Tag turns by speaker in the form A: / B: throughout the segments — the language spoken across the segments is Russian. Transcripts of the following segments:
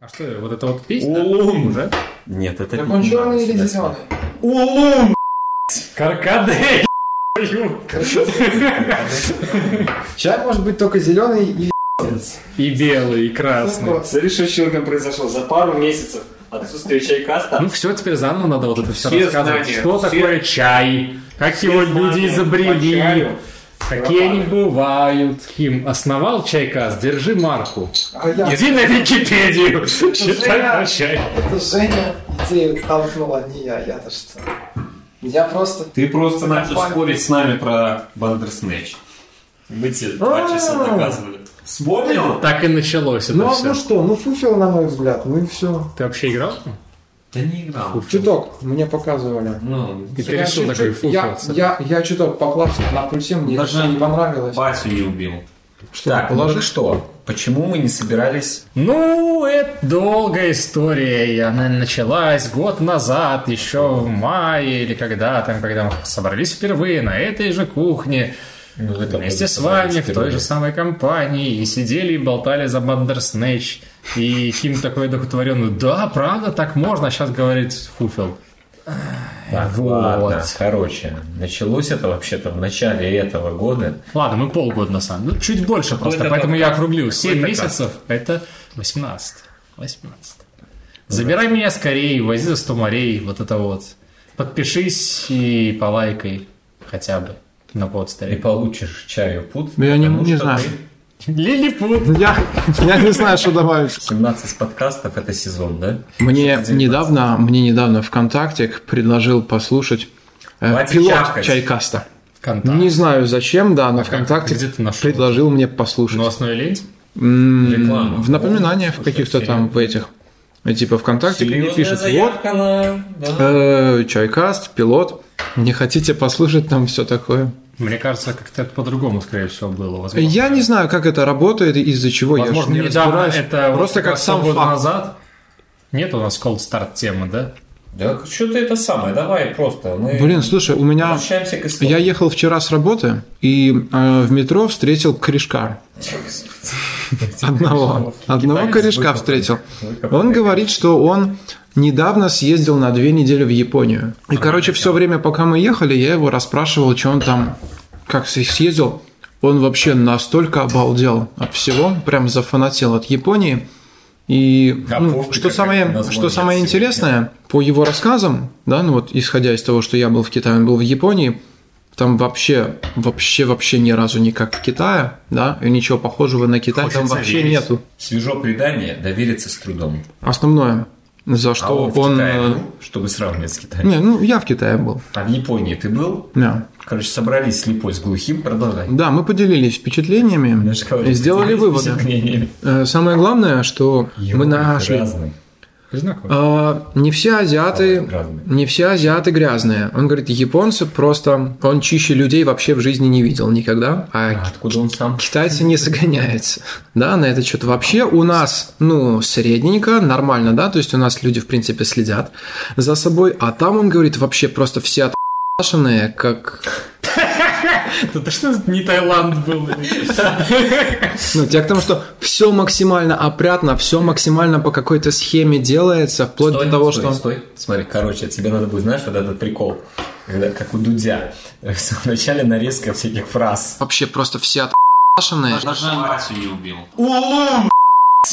A: А что, вот это вот песня?
B: Улун.
A: Уже?
C: Нет, это...
B: Так
C: не
B: он
C: надо
B: черный или
C: сюда
B: зеленый?
A: Улун! Каркадель! твою.
B: Чай может быть только зеленый и пи***ец.
A: И белый, и красный.
D: Смотри, что с человеком произошло за пару месяцев отсутствия чайкаста.
A: Ну все, теперь заново надо вот это все,
D: Все
A: рассказывать.
D: знания,
A: что
D: все-
A: такое чай? Как
D: все
A: его
D: знания
A: люди
D: по
A: изобрели?
D: чаю
A: Какие они бывают? Ким основал чайкас, держи марку.
B: А я,
A: Иди на Википедию, читай
B: я.
A: про чай.
B: это Женя, идею толкнула, не я, я-то что. Я просто...
C: Ты просто начал
B: Компания.
C: спорить с нами про Бандерснэч.
D: Мы тебе два часа доказывали.
C: Вспомнил?
A: Так и началось это
B: Ну,
D: а
A: все.
B: ну что, ну фуфел, на мой взгляд, ну и все.
A: Ты вообще играл?
C: Да не играл.
B: Чуток, мне показывали.
C: Ну,
A: И ты
B: Я
A: решил
B: чуть-чуть-
A: такой фу.
B: я, я, я чуток поклассно на пульсе, мне
C: Даже
B: не понравилось.
C: Батю не убил. так, ну что? Почему мы не собирались?
A: Ну, это долгая история, и она началась год назад, еще в мае или когда там, когда мы собрались впервые на этой же кухне,
E: Ну,
A: вместе с вами, в той же самой компании, и сидели и болтали за Бандерснэч. И Ким такой одухотворенный, да, правда, так можно, а сейчас говорит Фуфел.
E: Так,
A: Вот.
E: ладно, короче, началось это вообще-то в начале этого года.
A: Ладно, мы полгода на самом деле, ну, чуть больше просто,
D: Какой-то
A: поэтому я
D: подкаст,
A: округлил. 7
D: какой-то
A: месяцев – это 18. 18. Забирай меня скорее, вози за 100 морей, вот это вот. Подпишись и полайкай хотя бы на
E: Ты
A: подстере.
E: получишь чаю пут.
B: Ну, я не-
E: потому
B: не
E: что
B: знаю.
E: ты-
A: Лилипут!
B: Я, я не знаю, что добавить.
E: 17 подкастов это сезон, да?
B: Мне
E: Что-то
B: недавно, мне недавно ВКонтакте предложил послушать э,
E: Хватит
B: пилот
E: чавкать.
B: Чайкаста.
A: Контакт.
B: Не знаю зачем, да, но
A: как-
B: ВКонтакте
A: где ты Ну, а нашел?
B: предложил мне послушать.
A: Новостную лень?
B: М,
E: Реклама.
B: В напоминаниях каких-то там в этих. э, Типа ВКонтакте мне
E: Серьезная
B: пишут, вот,
E: заявка на... да.
B: э, Чайкаст, пилот, не хотите послушать там все такое?
A: Мне кажется, как-то это по-другому, скорее всего, было. Возможно,
B: Я не знаю, как это работает и из-за чего. я ж
A: Возможно,
B: не
A: недавно
B: разбираюсь.
A: это вот
B: Просто как
A: раз
B: сам
A: полгода
B: факт.
A: назад. Нет у нас cold start темы, да?
E: Да что ты это самое, давай просто. Мы
B: Блин, слушай, у меня...
E: возвращаемся к истории.
B: Я ехал вчера с работы и э, в метро встретил корешка. Одного. Одного корешка встретил. Он говорит, что он недавно съездил на две недели в Японию. И, короче, все время, пока мы ехали, я его расспрашивал, что он там, как с- съездил. Он вообще настолько обалдел от всего, прям зафанател от Японии. И
E: Да,
B: ну,
E: пофиг,
B: что,
E: А как
B: самое,
E: название
B: что самое
E: отсюда.
B: интересное, по его рассказам, да, ну вот исходя из того, что я был в Китае, он был в Японии, там вообще, вообще, вообще ни разу не как в Китае, да, и ничего похожего на Китай там
E: Хочется
B: вообще
E: верить.
B: нету.
E: Свежо предание довериться с трудом.
B: Основное, за
E: А
B: что
E: он,
B: он...
E: в Китае
B: э,
E: был, чтобы сравнивать с Китаем.
B: Не, ну я в Китае был.
E: А в Японии ты был?
B: Да.
E: Короче, собрались слепой с глухим, продолжай.
B: Да, мы поделились впечатлениями
E: Я же говорю,
B: и сделали
E: поделись
B: выводы.
E: впечатлениями.
B: Э, Самое главное, что мы
E: Ёлки,
B: нашли.
E: разные.
A: Признаком.
B: э, Не все азиаты
E: Разные.
B: Не все азиаты грязные. Он говорит, японцы просто... Он чище людей вообще в жизни не видел никогда.
E: А
B: А
E: откуда он сам?
B: китайцы не загоняются. Да, на это что-то вообще у нас, ну, средненько, нормально, да, то есть у нас люди, в принципе, следят за собой, а там, он говорит, вообще просто все отпашенные, как...
A: Это точно не Таиланд был.
B: Ну, я к тому, что все максимально опрятно, все максимально по какой-то схеме делается, вплоть
E: Стой,
B: до того,
E: стой,
B: что...
E: Стой, смотри, короче, тебе надо будет, знаешь, вот этот прикол, когда, как у Дудя, в самом начале нарезка всяких фраз.
B: Вообще просто все отпашенные.
E: Батю не убил.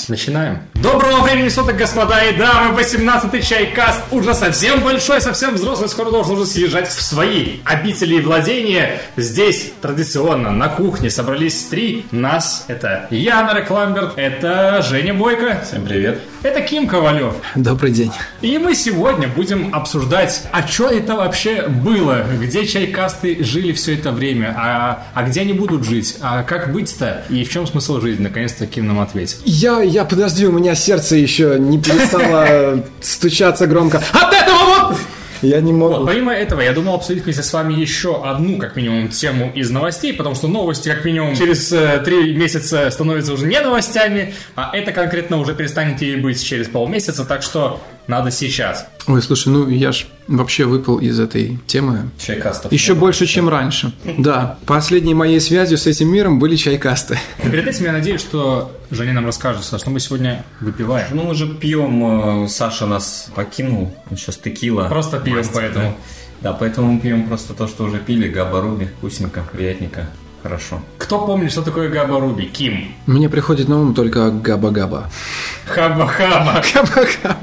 A: Начинаем. Доброго времени суток, господа и дамы. 18-й чайкаст уже совсем большой, совсем взрослый. Скоро должен уже съезжать в свои обители и владения. Здесь традиционно на кухне собрались три нас. Это я, Нарек Ламберт, это Женя Бойко,
E: Всем привет.
A: это Ким Ковалев.
B: Добрый день.
A: И мы сегодня будем обсуждать, а что это вообще было, где чайкасты жили все это время, а, а где они будут жить, а как быть-то, и в чем смысл жизни, наконец-то Ким нам ответит.
B: Я, я, подожди, у меня сердце еще не перестало стучаться громко. От этого вот! Я не
A: Вот,
B: могу.
A: помимо этого, я думал обсудить вместе с вами еще одну, как минимум, тему из новостей, потому что новости, как минимум, через э, три месяца становятся уже не новостями, а это конкретно уже перестанет ей быть через полмесяца, так что надо сейчас.
B: Ой, слушай, ну я ж вообще выпал из этой темы.
E: Чайкастов. Ну,
B: Еще больше, чем раньше. Да. Последней моей связью с этим миром были чайкасты.
A: Перед этим я надеюсь, что Женя нам расскажет, Саш, что мы сегодня выпиваем.
E: Ну, мы уже пьем, э, Саша нас покинул, он сейчас текила.
A: Просто пьем,
E: Мастер,
A: поэтому.
E: Да. Да, поэтому мы пьем просто то, что уже пили, габаруби, вкусненько, приятненько, хорошо.
A: Кто помнит, что такое габаруби? Ким.
B: Мне приходит на ум только габа-габа.
A: Хаба-хаба.
B: Габа-габа.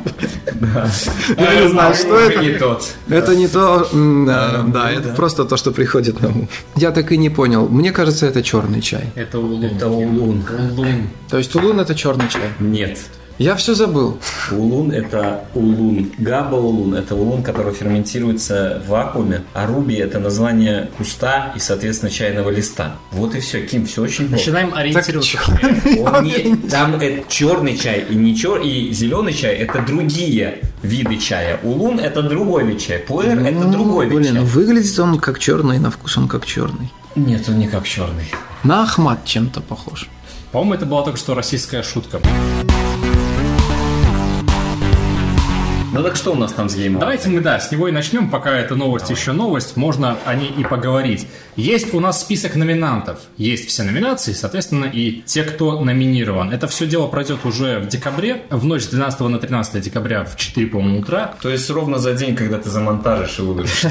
E: Я
B: не знаю, что это.
E: Не тот.
B: Это не то, м, да, да, это просто то, что приходит на ум. Я так и не понял. Мне кажется, это черный чай.
A: Это улун.
E: Это улун.
A: Улун.
B: То есть улун это черный чай.
E: Нет.
B: Я все забыл.
E: Улун – это улун. Габа улун – это улун, который ферментируется в вакууме. А руби – это название куста и, соответственно, чайного листа. Вот и все. Ким, все очень просто.
A: Начинаем ориентироваться.
E: Он не- там это черный чай и не чер, и зеленый чай это другие виды чая. Улун это другой вид чая. Пуэр это другой вид
B: Ну, Блин,
E: чая.
B: выглядит он как черный, на вкус он как черный.
E: Нет, он не как черный.
B: На Ахмат чем-то похож.
A: По-моему, это была только что российская шутка.
E: Ну так что у нас там с геймом?
A: Давайте мы, да, с него и начнем, пока эта новость еще новость, можно о ней и поговорить. Есть у нас список номинантов, есть все номинации, соответственно, и те, кто номинирован. Это все дело пройдет уже в декабре, в ночь с 12 на 13 декабря в 4, по-моему, утра.
E: То есть ровно за день, когда ты замонтажишь и выложишь.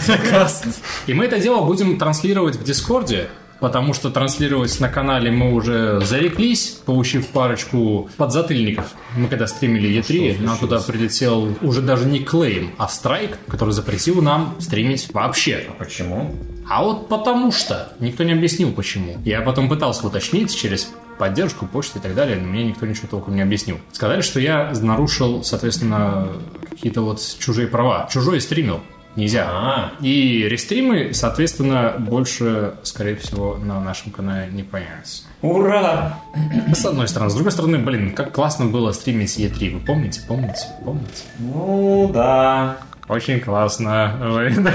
A: И мы это дело будем транслировать в Дискорде, потому что транслировать на канале мы уже зареклись, получив парочку подзатыльников. Мы когда стримили E3, нам туда прилетел уже даже не клейм, а страйк, который запретил нам стримить вообще.
E: Почему?
A: А вот потому что. Никто не объяснил, почему. Я потом пытался уточнить через поддержку, почту и так далее, но мне никто ничего толком не объяснил. Сказали, что я нарушил, соответственно, какие-то вот чужие права. Чужой стримил. Нельзя.
E: А.
A: И рестримы, соответственно, больше, скорее всего, на нашем канале не появятся.
E: Ура!
A: С одной стороны. С другой стороны, блин, как классно было стримить Е3. Вы помните, помните, помните?
E: Ну да.
A: Очень классно.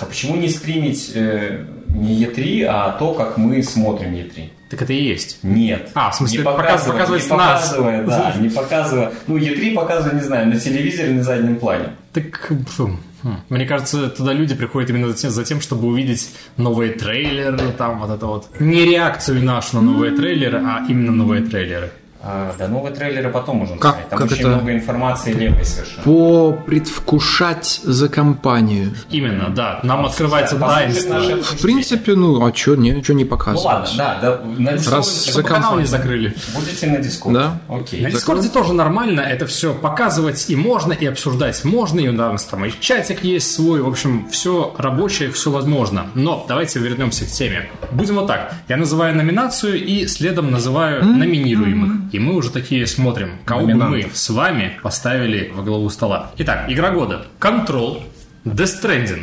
E: А почему не стримить э, не Е3, а то, как мы смотрим Е3?
A: Так это и есть.
E: Нет.
A: А, в смысле,
E: не
A: показ-
E: показывая,
A: показывать
E: не
A: нас.
E: показывая, да, не показывая. Ну, Е3 показывая, не знаю, на телевизоре на заднем плане.
A: Так, фу, хм. мне кажется, туда люди приходят именно за тем, за тем, чтобы увидеть новые трейлеры, там вот это вот. Не реакцию нашу на новые трейлеры, а именно новые трейлеры.
E: А, да, новые трейлеры потом можно
B: Как-
E: смотреть. Там
B: как
E: очень
B: это?
E: много информации левой совершенно.
B: Попредвкушать за компанию.
A: Именно, да. Нам открывается
E: Послушать
A: таинство.
E: наши
B: В
E: обсуждения.
B: принципе, ну, а чё, не- чё не
E: Ну ладно,
B: показывать?
E: да, да, на Discord
B: Раз
E: это
A: Чтобы канал
B: компанию.
A: а, не закрыли.
E: будете на Discord.
B: Да.
A: На
E: Окей.
A: Дискорде тоже нормально, это все показывать и можно, и обсуждать можно, и у нас там и чатик есть свой, в общем, все рабочее, все возможно. Но давайте вернемся к теме. Будем вот так. Я называю номинацию и следом называю номинируемых. И мы уже такие смотрим, кого бы мы с вами поставили во главу стола. Итак, игра года. Control, Death Stranding,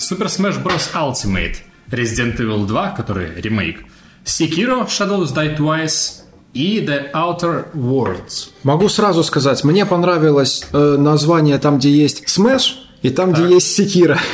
A: Super Smash Bros. Ultimate, Resident Evil 2, который ремейк, Sekiro, Shadows Die Twice, и The Outer Worlds.
B: Могу сразу сказать, мне понравилось э, название там, где есть Smash и там, где есть Секира.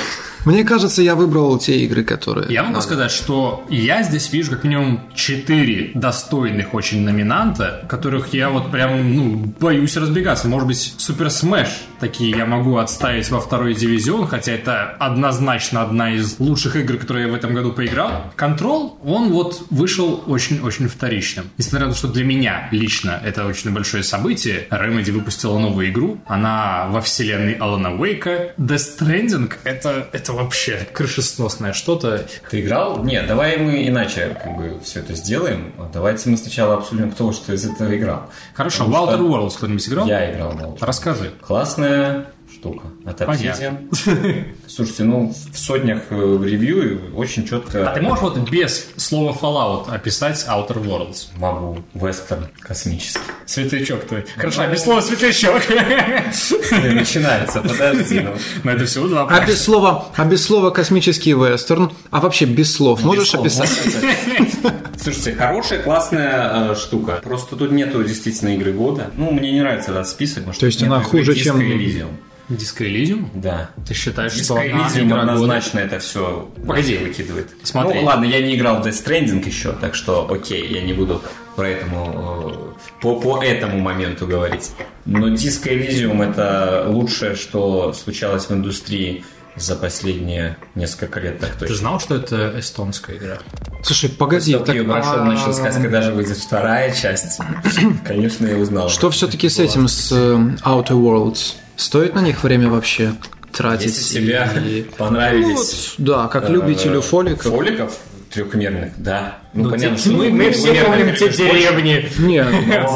B: Мне кажется, я выбрал те игры, которые...
A: Я могу
B: Э, надо.
A: сказать, что я здесь вижу как минимум 4 достойных очень номинанта, которых я вот прям, ну, боюсь разбегаться. Может быть, Супер Смэш такие я могу отставить во второй дивизион, хотя это однозначно одна из лучших игр, которые я в этом году поиграл. Контрол, он вот вышел очень-очень вторичным. Несмотря на то, что для меня лично это очень большое событие, Remedy выпустила новую игру, она во вселенной Алана Уэйка. Death Stranding — это, это вообще крышесносное что-то.
E: Ты играл? Нет, давай мы иначе как бы все это сделаем. Давайте мы сначала обсудим, кто во что из этого играл.
A: Хорошо, в
E: Потому
A: Outer
E: что
A: Worlds кто-нибудь играл?
E: Я играл, да.
A: Расскажи.
E: Классная штука. Это Obsidian. Слушайте, ну в сотнях э, в ревью очень четко.
A: А ты можешь вот без слова Fallout описать Outer Worlds?
E: Могу. Вестерн космический.
A: Светлячок твой. Хорошо, а без слова светлячок.
E: Блин, Начинается, подожди. ну.
A: Но это всего два.
B: А без слова, а без слова космический вестерн, а вообще без слов, можешь
E: Безусловно,
B: описать?
E: можете. Слушайте, хорошая, классная э, штука. Просто тут нету действительно игры года. Ну, мне не нравится этот список. потому что
B: То есть
E: нету
B: она
E: игры
B: хуже,
E: Disco
B: чем-
E: Elysium.
A: Диско Elysium?
E: Да.
A: Ты считаешь,
E: Disco
A: что она
E: Elysium
A: игра года?
E: однозначно это все
A: Погоди.
E: выкидывает.
A: Смотри.
E: Ну, ладно, я не играл в Death Stranding еще, так что окей, я не буду про этому, э, по, по этому моменту говорить. Но диско Элизиум это лучшее, что случалось в индустрии за последние несколько лет. Так
A: Ты
E: точно.
A: знал, что это эстонская игра?
B: Слушай, погоди,
E: Стоп,
B: так
E: Юра, а что
B: а,
E: значит сказка, когда же выйдет вторая часть? Конечно, я узнал.
B: что все-таки с этим, с э, Outer Worlds? Стоит на них время вообще тратить?
E: Если тебя
B: И- Ну,
E: понравились
B: вот, да, как любителю
E: Э,
B: фоликов.
E: Фоликов трехмерных, да. Ну, понятно,
A: те-
E: что
A: мы, мы все
E: двумерных,
A: помним те
E: конечно,
A: деревни.
B: Не,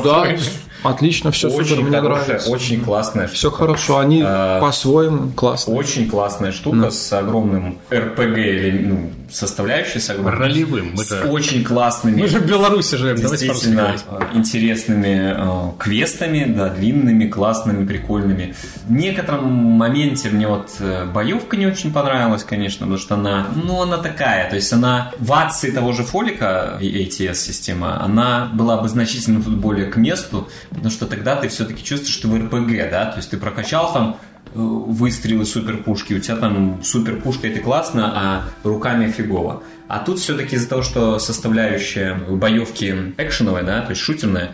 B: да, отлично, все
E: очень,
B: супер, мне
E: очень хорошая,
B: нравится.
E: очень классная
B: Все хорошо, они
E: Э,
B: по-своему классные.
E: Очень классная штука с огромным RPG или ну, составляющей с огромным.
A: Ролевым, мы
E: с
A: же-
E: очень классными.
A: Мы же в Беларуси живем, давайте по-русски
E: действительно
A: говорить.
E: э, интересными э, квестами, да, длинными, классными, прикольными. В некотором моменте мне вот э, боевка не очень понравилась, конечно, потому что она, ну, она такая, то есть она в ации того же Фолика, и ATS-система, она была бы значительно тут более к месту, потому что тогда ты все-таки чувствуешь, что ты в РПГ, да, то есть ты прокачал там э, выстрелы суперпушки. У тебя там суперпушка это классно, а руками фигово. А тут все-таки из-за того, что составляющая боевки экшеновая, да, то есть шутерная,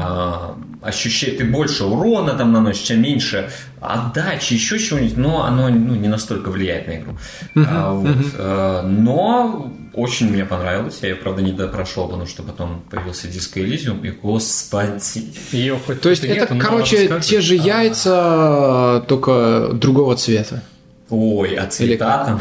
E: а, ощущай- ты больше урона там наносишь, чем меньше отдачи, еще чего-нибудь, но оно ну, не настолько влияет на игру. А, вот, э, но очень мне понравилось. Я ее, правда, не допрошел, потому что потом появился диско Элизиум, и господи,
A: Её хоть
B: То есть
A: тут и
B: это,
E: ну,
A: нету, но
B: короче,
A: рассказывай.
B: те
E: А.
B: же яйца, только другого цвета.
E: Ой, а
B: Или
E: цвета
B: как?
E: там.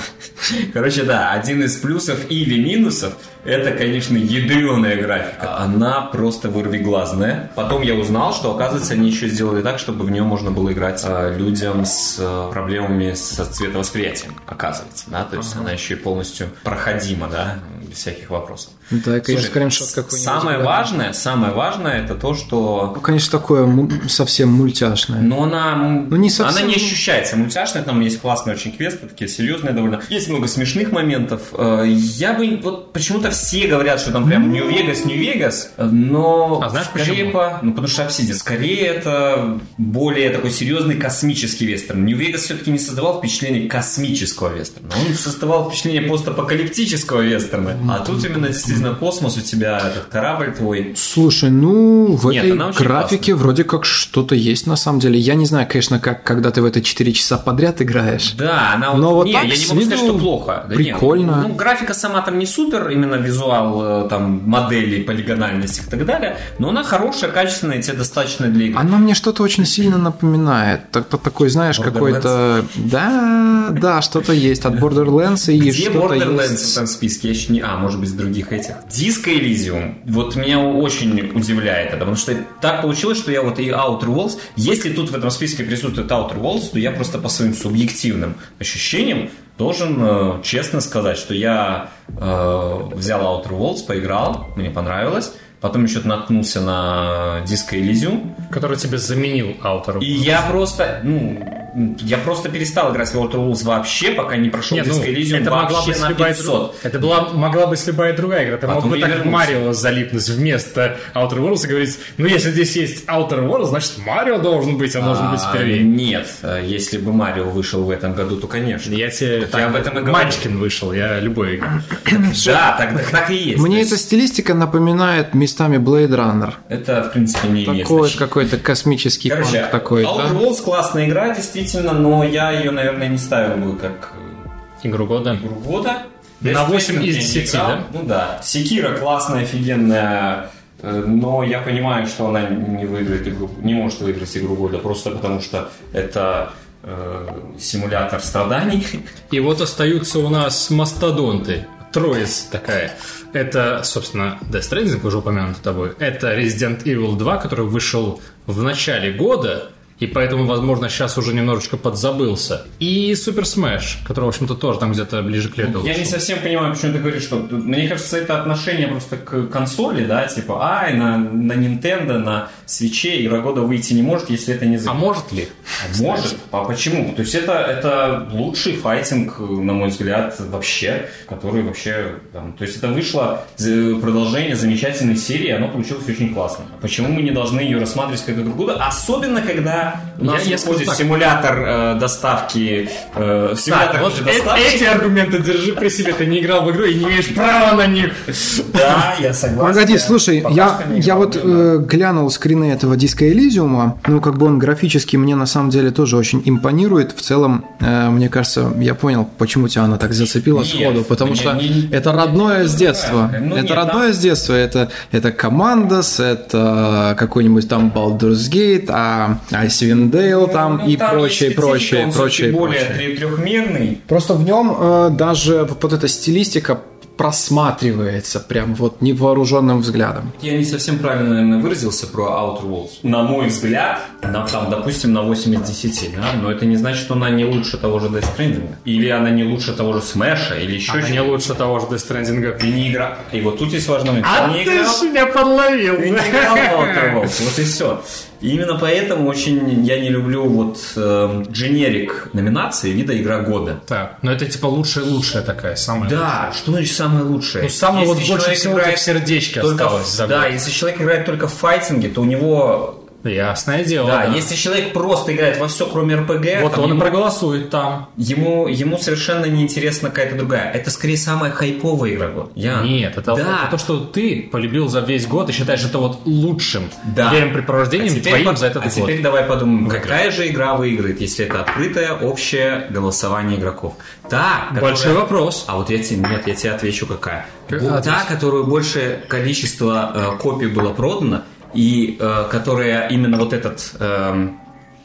E: Короче, да, один из плюсов или минусов это, конечно, ядреная графика. Она просто вырвиглазная. Потом я узнал, что, оказывается, они еще сделали так, чтобы в нее можно было играть э, людям с э, проблемами со цветовосприятием, оказывается. Да? То есть она еще и полностью проходима, да, без всяких вопросов.
B: Так, я
E: Слушай,
B: скриншот какой-нибудь.
E: Самое
B: да.
E: важное, самое важное это то, что
B: Ну, Конечно, такое му- совсем мультяшное.
E: но она, м,
B: Ну, не совсем.
E: она не ощущается мультяшной, там есть классные очень квесты, такие серьезные довольно. Есть много смешных моментов. Э, Я бы, вот почему-то все говорят, что там прям Нью-Вегас, Нью-Вегас, э, но
A: А знаешь
E: скорее
A: почему?
E: по- ну потому что Obsidian, скорее это более такой серьезный космический вестерн. Нью-Вегас все-таки не создавал впечатление космического вестерна, он создавал впечатление постапокалиптического вестерна, а тут именно действительно космос, у тебя этот корабль твой,
B: Слушай, ну в
E: Нет,
B: этой
E: она очень
B: графике вроде как что-то есть на самом деле. Я не знаю, конечно, как когда ты в это 4 часа подряд играешь.
E: Да, она
B: Но вот
E: не,
B: так
E: я не
B: с
E: могу сказать,
B: виду
E: что плохо. Да
B: прикольно.
E: нет. Ну, графика сама там не супер, именно визуал э, там моделей, полигональность и так далее, но она хорошая, качественная, и тебе достаточно для игры.
B: Она мне что-то очень сильно напоминает. Так, так- такой, знаешь,
E: Borderlands?
B: какой-то... Да, да, что-то есть от Borderlands и
E: Где
B: что-то
E: Borderlands в
B: есть.
E: этом списке? Я еще не... А, может быть, с других этих. Диско Элизиум. Вот меня очень удивляет это, потому что так получилось, что я вот и Outer Worlds... Если тут в этом списке присутствует Outer Worlds, то я просто по своим субъективным ощущениям должен э, честно сказать, что я э, взял Outer Worlds, поиграл, мне понравилось, потом еще наткнулся на Диско Элизиум,
A: А, Который тебе заменил автору.
E: и я просто, ну, я просто перестал играть в Outer Worlds вообще, пока не прошел
A: Нет, ну,
E: Disco Elysium
A: это могла
E: вообще
A: быть
E: на
A: любая
E: 500.
A: друг- Это была, могла быть любая другая игра. Ты
E: Потом
A: мог бы
E: я
A: так в
E: вернулся.
A: Марио залипнуть вместо Outer Worlds и говорить, ну если здесь есть Outer Worlds, значит Марио должен быть, а должен быть
E: А,
A: впервые.
E: Нет, э, если бы Марио вышел в этом году, то конечно.
A: Я тебе...
E: я об этом и говорю.
A: Манчкин вышел, я любой.
E: Да, так, так и есть.
B: Мне
E: То
B: эта
E: есть
B: стилистика напоминает местами Blade Runner.
E: Это, в принципе, не имеет
B: Такой
E: значения.
B: какой-то космический
E: Короче, а
B: панк такой,
E: Outer
B: да?
E: Worlds классная игра, действительно, но я ее, наверное, не ставил бы как э,
A: Игру года.
E: игру года.
A: На
E: Death Stranding
A: 8 из
E: я не
A: 10,
E: играл.
A: да?
E: Ну да. Секира классная, офигенная, э, но я понимаю, что она не выиграет игру, не может выиграть игру года, просто потому что это э, симулятор страданий.
A: И вот остаются у нас мастодонты. Троица такая. Это, собственно, Death Stranding, уже упомянут тобой. Это Resident Evil 2, который вышел в начале года, и поэтому, возможно, сейчас уже немножечко подзабылся. И Super Smash, который, в общем-то, тоже там где-то ближе к лету
E: Я
A: вышел.
E: не совсем понимаю, почему ты говоришь, что... Мне кажется, это отношение просто к консоли, да, типа, ай, на, на Nintendo, на свече игра года выйти не может, если это не за...
A: А может ли?
E: может? А почему? То есть это, это лучший файтинг, на мой взгляд, вообще, который вообще... там, то есть это вышло за- продолжение А замечательной серии, оно получилось очень классно. Почему мы не должны ее рассматривать как игру года? Особенно, когда да. У нас
A: Я- я скажу
E: уходит
A: так.
E: симулятор э, доставки. э, в симулятор
A: Так, вот
E: же
A: э-
E: доставки.
A: эти аргументы держи при себе, ты не играл в игру и не имеешь права на них.
E: Да, я согласен.
B: Погоди, слушай,
E: Пока
B: я,
E: что не
B: я
E: играл,
B: вот
E: да.
B: э, глянул скрины этого диска Элизиума, ну как бы он графически мне на самом деле тоже очень импонирует. В целом, э, мне кажется, я понял, почему тебя она так зацепила
E: Нет,
B: сходу, потому
E: мне
B: что
E: не-
B: это родное с детства.
E: Ну,
B: это
E: нет,
B: родное с детства, это, это Командос, это э, какой-нибудь там Baldur's Gate, а Icewind Dale там
E: Ну,
B: и
E: там
B: прочее,
E: есть специфика,
B: прочее,
E: он
B: прочее,
E: всё-таки более
B: прочее.
E: тре- трехмерный.
B: Просто в нем даже вот эта стилистика просматривается прям вот невооруженным взглядом.
E: Я не совсем правильно, наверное, выразился про Outer Worlds. На мой взгляд, она там, допустим, на 8 из 10, да? но это не значит, что она не лучше того же Death Stranding. Или она не лучше того же Smash, или еще
A: Она не
E: чего-то.
A: лучше того же Death Stranding.
E: Ты не игра. И вот тут есть важный момент.
A: А
E: Ты не
A: ты
E: играл?
A: ж меня подловил.
E: Ты не играл в Outer Worlds, вот и все. Именно поэтому очень я не люблю вот эм, дженерик номинации вида игра года.
A: Так, но это типа лучшая-лучшая такая, самая
E: Да, что значит самое лучшее?
A: Ну, самое вот
E: Если
A: больше
E: человек
A: всего
E: играет
A: в сердечке
E: только
A: осталось
E: в-
A: за
E: Да,
A: год.
E: если человек играет только в файтинге, то у него
A: Ясное дело.
E: Да,
A: да.
E: если человек просто играет во все, кроме РПГ,
A: Вот
E: там
A: он и
E: ему,
A: проголосует там.
E: ему, ему совершенно неинтересна какая-то другая. Это скорее самая хайповая игра года. Я...
A: Нет, это,
E: да.
A: это то, что ты полюбил за весь год и считаешь это вот лучшим
E: Да.
A: верным препровождением
E: А теперь
A: твоим
E: по-
A: за этот
E: а
A: год.
E: теперь давай подумаем, какая же игра выиграет, если это открытое общее голосование игроков. Та, которая-
A: Большой вопрос.
E: А вот я тебе, нет, я тебе отвечу, какая.
A: Как-
E: Бу-
A: ответь.
E: Та, которую большее количество э, копий было продано, и э, которая именно вот этот эм,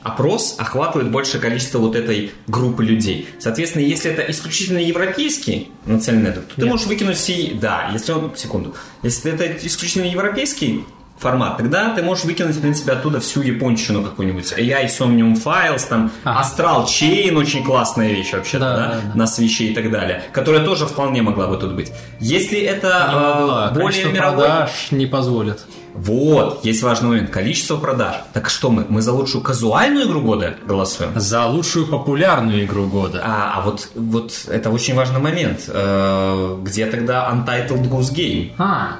E: опрос охватывает большее количество вот этой группы людей. Соответственно, если это исключительно европейский национальный этот, то ты можешь выкинуть сей... Да, если он... Секунду. Если это исключительно европейский формат, тогда ты можешь выкинуть, в принципе, оттуда всю японщину какую-нибудь. AI Somnium Files, там,
A: Ага.
E: Astral Chain, очень классная вещь вообще
A: Да,
E: да,
A: да, да.
E: на свече и так далее, которая тоже вполне могла бы тут быть. Если это э,
A: А,
E: более мировой...
A: не позволит.
E: Вот, есть важный момент. Количество продаж. Так что мы? Мы за лучшую казуальную игру года голосуем?
A: За лучшую популярную игру года.
E: А, а вот, вот это очень важный момент. Э, где тогда Untitled Goose Game?
A: А.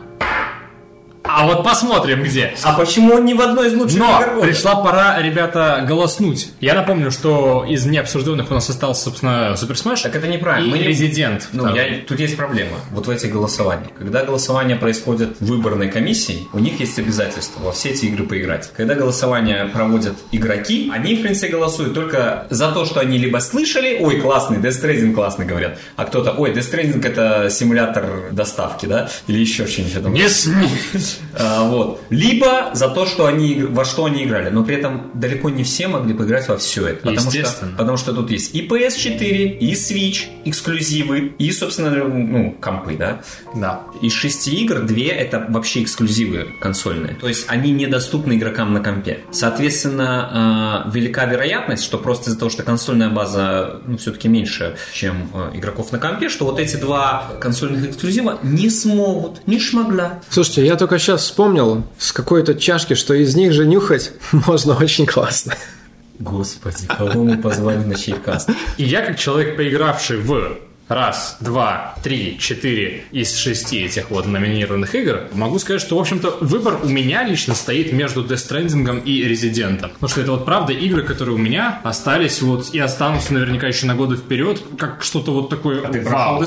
A: А вот посмотрим где.
E: А почему он не в одной из лучших игр
A: Но
E: года?
A: пришла пора, ребята, голоснуть. Я напомню, что из необсужденных у нас остался, собственно, Супер Smash.
E: Так это неправильно.
A: И
E: Мы не-
A: Резидент.
E: Ну, я- тут есть проблема. Вот в этих голосованиях. Когда голосование происходит в выборной комиссии, у них есть обязательство во все эти игры поиграть. Когда голосование проводят игроки, они, в принципе, голосуют только за то, что они либо слышали, ой, классный, Death Stranding классный, говорят, а кто-то, ой, Death Stranding это симулятор доставки, да, или еще что-нибудь. там.
A: Не смей.
E: А, вот. Либо за то, что они, игр- во что они играли. Но при этом далеко не все могли поиграть во все это. Потому
A: Естественно.
E: Что, потому что тут есть и PS4, и Switch, эксклюзивы, и, собственно, ну, компы, да.
A: Да.
E: Из шести игр две это вообще эксклюзивы консольные. То есть они недоступны игрокам на компе. Соответственно, э, велика вероятность, что просто из-за того, что консольная база ну, все-таки меньше, чем э, игроков на компе, что вот эти два консольных эксклюзива не смогут, не шмогла.
B: Слушайте, я только сейчас вспомнил с какой-то чашки, что из них же нюхать можно очень классно.
E: Господи, кого мы позвали на чайкаст?
A: И я, как человек, поигравший в раз, два, три, четыре из шести этих вот номинированных игр, могу сказать, что, в общем-то, выбор у меня лично стоит между Death Stranding и Резидентом. Потому что это вот правда игры, которые у меня остались вот и останутся наверняка еще на годы вперед, как что-то вот такое...
E: А
A: вау.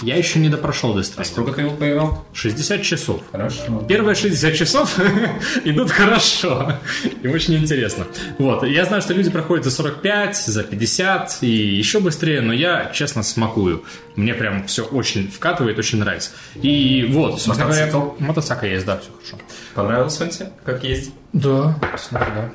A: Я еще не допрошел Death Stranding.
E: Сколько ты его поиграл?
A: 60 часов.
E: Хорошо.
A: Первые 60 часов идут хорошо. И очень интересно. Вот. Я знаю, что люди проходят за 45, за 50 и еще быстрее, но я, честно, смакую. Мне прям все очень вкатывает, очень нравится. И вот, собственно говоря,
E: Мотоцикл?
A: мотоцикл есть, да, все хорошо.
E: Понравился он тебе? Как ездить?
A: Да, да.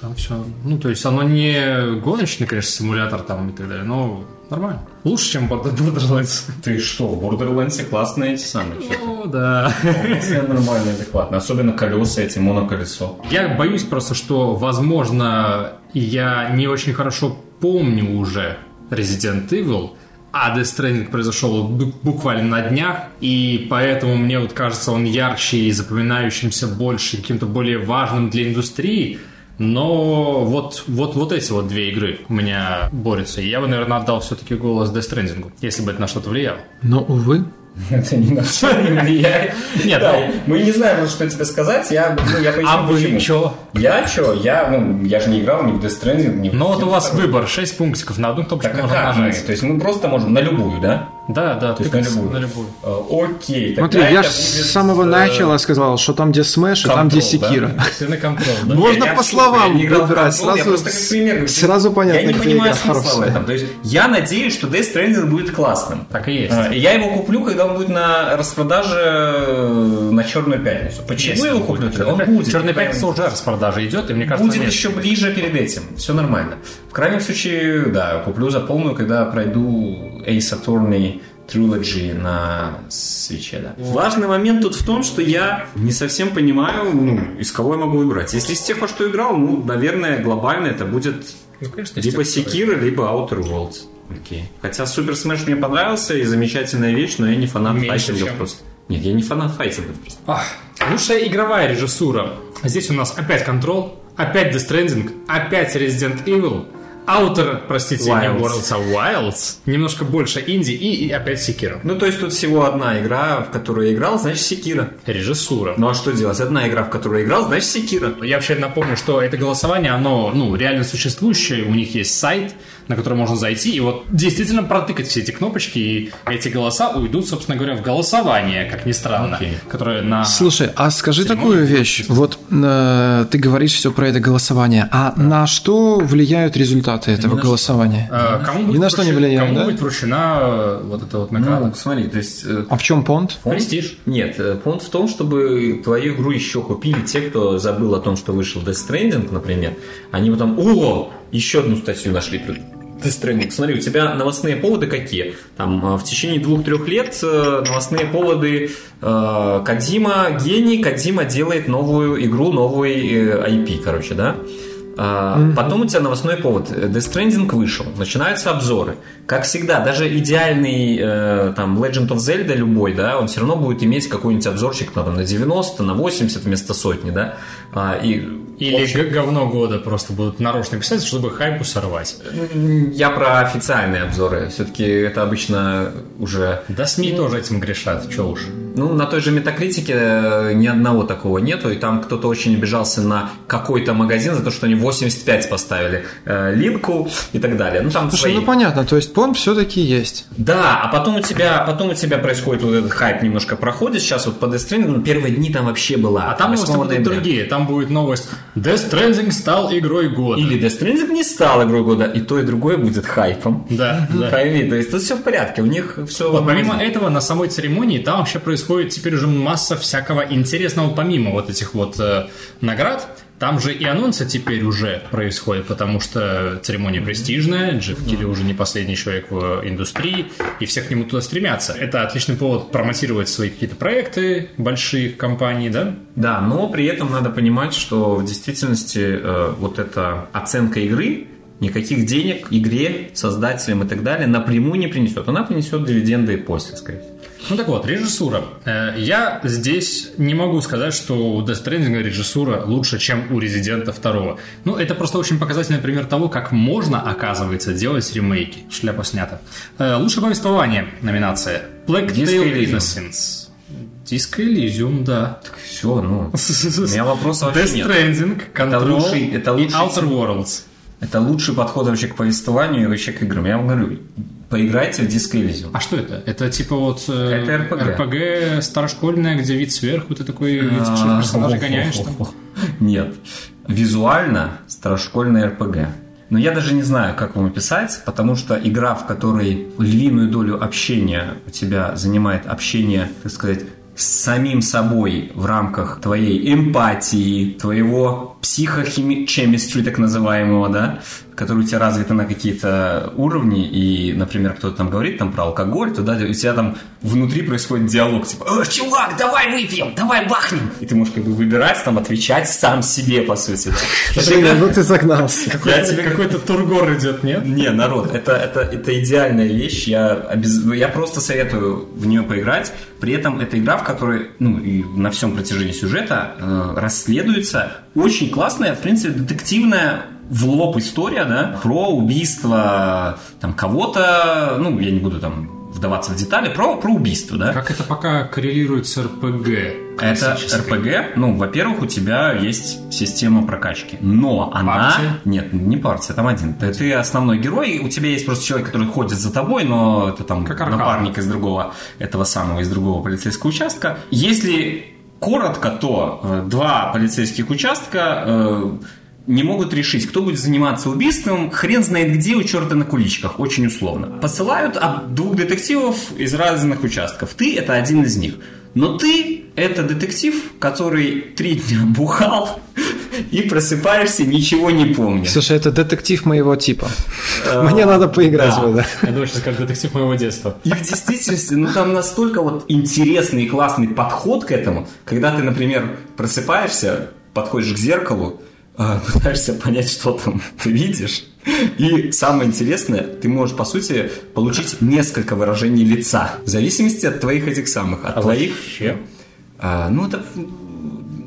A: Там все. Ну, то есть оно не гоночный, конечно, симулятор там и так далее, но нормально. Лучше, чем Borderlands.
E: Ты что, в Borderlands классные эти самые? чё
A: О, да.
E: ты? Все нормально, адекватно. Особенно колеса эти, моноколесо.
A: Я боюсь просто, что, возможно, я не очень хорошо помню уже Resident Evil, а Death Stranding произошел бу- буквально на днях, и поэтому мне вот кажется он ярче и запоминающимся больше, каким-то более важным для индустрии. Но вот, вот, вот эти вот две игры у меня борются. И я бы, наверное, отдал все-таки голос Death Stranding, если бы это на что-то влияло.
B: Но, увы,
C: Это ни на что не влияет.
A: Нет,
C: Да,
A: ну-
C: мы не знаем, что тебе сказать. Я, ну, я поясню,
A: А вы
C: почему.
A: чё?
C: Я что? Я, ну, я же не играл ни в Death Stranding, ни в
A: Ну вот
C: Death
A: у вас
C: Stranding.
A: выбор, 6 пунктиков, на одну кнопочку
C: Так а
A: можно
C: как мы?
A: нажать.
C: То есть мы просто можем на любую, да?
A: Да, да,
C: То есть на
A: тыкаться
C: любую.
A: на любую.
C: Э, Окей. тогда
B: Смотри, я же
C: это будет,
B: с самого
C: э,
B: начала сказал, что там, где Smash, и там, где
C: Control, да? А.
B: Секира.
A: Ты на контрол, да?
B: Можно
C: Я
B: по
C: в
B: словам
C: шутку, я не играл в
B: выбирать.
C: консоль, я
B: Сразу,
C: просто как пример говорю.
B: сразу понятно,
C: Я не
B: где
C: понимаю
B: игра
C: смысла в
B: хорошая.
C: этом. То есть я надеюсь, что Death Stranding будет классным.
A: Так и есть. Ну,
C: А, и Я его куплю, когда он будет на распродаже э, на Черную Пятницу. Почему я его куплю? Он будет.
A: Черная
C: Прям
A: пятница уже распродажа идет, и мне кажется,
C: Будет
A: нет.
C: еще ближе перед этим. Все нормально. В крайнем случае, да, куплю за полную, когда пройду Ace Attorney Trilogy на свече, да.
E: Важный момент тут в том, что я не совсем понимаю, ну, из кого я могу выбрать. Если из тех, во что играл, ну, наверное, глобально это будет
A: Ну, конечно,
E: либо
A: если-
E: Секира, либо Outer Worlds. Окей. Хотя Супер Smash мне понравился и замечательная вещь, но я не фанат
A: Меньше,
E: файтингов
A: чем-
E: просто. Нет, я не фанат файтингов просто.
A: Ах, Лучшая игровая режиссура. Здесь у нас опять Control, опять Death Stranding, опять Resident Evil, Outer, простите,
E: Wilds.
A: не Worlds, а Wilds, немножко больше Инди и, и опять Секира.
E: Ну, то есть тут всего одна игра, в которую я играл, значит Секира.
A: Режиссура.
E: Ну а что делать? Одна игра, в которую я играл, значит Секира.
A: Я вообще напомню, что это голосование, оно ну, реально существующее. У них есть сайт, на который можно зайти и вот действительно протыкать все эти кнопочки, и эти голоса уйдут, собственно говоря, в голосование, как ни странно, которое на...
B: Слушай, а скажи такую вещь. Вот э, ты говоришь все про это голосование. А на что влияют результаты этого голосования?
C: А.
A: Э, Кому,
B: Ни
A: будет
B: на что не
A: вручи-
B: влияет,
A: кому
B: да?
A: будет вручена э, вот эта вот награда?
E: Ну, смотри, то есть... э,
B: А в чем понт?
E: пункт-
A: Престиж.
E: Нет, э, пункт в том, чтобы твою игру еще купили те, кто забыл о том, что вышел Death Stranding, например. Они потом, о, еще одну статью нашли про Death Stranding. Смотри, у тебя новостные поводы какие? Там э, в течение двух-трех лет э, новостные поводы э, Кадима гений, Кадима делает новую игру, новый э, IP, короче, да? А, Потом у тебя новостной повод. Death Stranding вышел, начинаются обзоры. Как всегда, даже идеальный э, там Legend of Zelda любой, да, он все равно будет иметь какой-нибудь обзорчик на, там, на 90, на 80 вместо сотни, да. А, и,
A: Или
E: в общем,
A: г- говно года просто будут нарочно писать, чтобы хайпу сорвать.
E: ну, я про официальные обзоры. Все-таки это обычно уже
A: Да СМИ тоже этим грешат, че уж.
E: Ну, на той же метакритике э, ни одного такого нету, и там кто-то очень обижался на какой-то магазин за то, что они 85 поставили э, линку и так далее. Ну, там
B: Слушай,
E: свои.
B: ну понятно, то есть понт все-таки есть.
E: Да, а потом у тебя, потом у тебя происходит вот этот хайп немножко проходит. Сейчас вот по Death Stranding, ну, первые дни там вообще была.
A: А там новости
E: 8
A: будут
E: ноября.
A: другие. Там будет новость Death Stranding стал игрой года.
E: Или Death Stranding не стал игрой года, и то, и другое будет хайпом.
A: Да, да.
E: Пойми, то есть тут все в порядке, у них все...
A: Вот помимо этого, на самой церемонии там вообще происходит теперь уже масса всякого интересного, помимо вот этих вот э, наград. Там же и анонсы теперь уже происходят, потому что церемония престижная, Джефф Килли уже не последний человек в индустрии, и все к нему туда стремятся. Это отличный повод промотировать свои какие-то проекты больших компаний, да?
E: Да, но при этом надо понимать, что в действительности э, вот эта оценка игры никаких денег игре, создателям и так далее напрямую не принесет. Она принесет дивиденды после, скорее всего.
A: Ну так вот, режиссура. Э, Я здесь не могу сказать, что у Death Stranding режиссура лучше, чем у Резидента второго. Ну, это просто очень показательный пример того, как можно, оказывается, делать ремейки. Шляпа снята. Э, Лучшее повествование номинация. Black
E: Disco
A: Tail
E: Elysium.
A: Innocence. Disco Elysium, да.
E: Все, ну... У меня вопросов
A: Death
E: вообще нет.
A: Stranding, Control
E: лучший- это
A: и
E: лучший-
A: Outer Worlds.
E: Это лучший подход вообще к повествованию и вообще к играм. Я вам говорю, поиграйте в Disco Elysium.
A: А что это? Это типа вот
E: Это
A: э,
E: RPG.
A: RPG старошкольная, где вид сверху, ты такой видишь, что персонажа
E: А, Ох,
A: гоняешь
E: ох,
A: там.
E: ох, ох. Нет. Визуально старошкольный РПГ. Но я даже не знаю, как вам описать, потому что игра, в которой львиную долю общения у тебя занимает общение, так сказать, с самим собой в рамках твоей эмпатии, твоего психохимичемистри, так называемого, да, который у тебя развиты на какие-то уровни, и, например, кто-то там говорит там про алкоголь, то да, у тебя там внутри происходит диалог, типа, «Э, чувак, давай выпьем, давай бахнем. И ты можешь как бы выбирать, там, отвечать сам себе, по сути.
B: Женя, ну ты загнался.
E: Я тебе
A: Какой-то тургор идет, нет?
E: не, народ, это, это, это идеальная вещь. Я, обез- я просто советую в нее поиграть. При этом это игра, в которой, ну, и на всем протяжении сюжета э, расследуется очень классная, в принципе, детективная в лоб история, да, про убийство там кого-то, ну, я не буду там вдаваться в детали, про, про убийство, да?
A: Как это пока коррелирует с РПГ?
E: Это РПГ, ну, во-первых, у тебя есть система прокачки, но она...
A: Партия?
E: Нет, не партия, там один. Ты, ты основной герой, у тебя есть просто человек, который ходит за тобой, но это там
A: Как Аркана.
E: напарник из другого, этого самого, из другого полицейского участка. Если коротко, то э, два полицейских участка э, не могут решить, кто будет заниматься убийством, хрен знает где, у черта на куличках, очень условно. Посылают от двух детективов из разных участков. Ты – это один из них. Но ты – это детектив, который три дня бухал и просыпаешься, ничего не помнишь.
B: Слушай, это детектив моего типа. Мне надо поиграть в это.
A: Я думаю, сейчас как детектив моего детства.
E: И в действительности, ну там настолько вот интересный и классный подход к этому, когда ты, например, просыпаешься, подходишь к зеркалу, э, пытаешься понять, что там ты видишь. И самое интересное, ты можешь, по сути, получить несколько выражений лица, в зависимости от твоих этих самых,
A: А
E: от твоих...
A: Чем?
E: А, ну, это...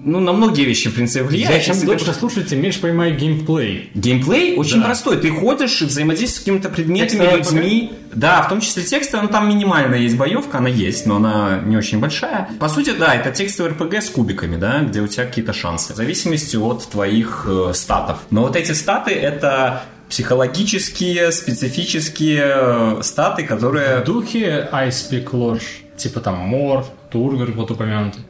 E: Ну, на многие вещи, в принципе, влияет.
A: Я чем
E: Если ты
A: дольше слушаю, тем меньше понимаю геймплей.
E: Геймплей очень
A: Да.
E: простой. Ты ходишь и взаимодействуешь с какими-то предметами,
A: Текстовая
E: людьми. Да, в том числе тексты, но там минимальная есть боевка, она есть, но она не очень большая. По сути, да, это текстовый РПГ с кубиками, да, где у тебя какие-то шансы. В зависимости от твоих э, статов. Но вот эти статы это психологические, специфические э, статы, которые...
A: В духе I Speak Lodge, типа там Мор, Тургер, вот упомянутый.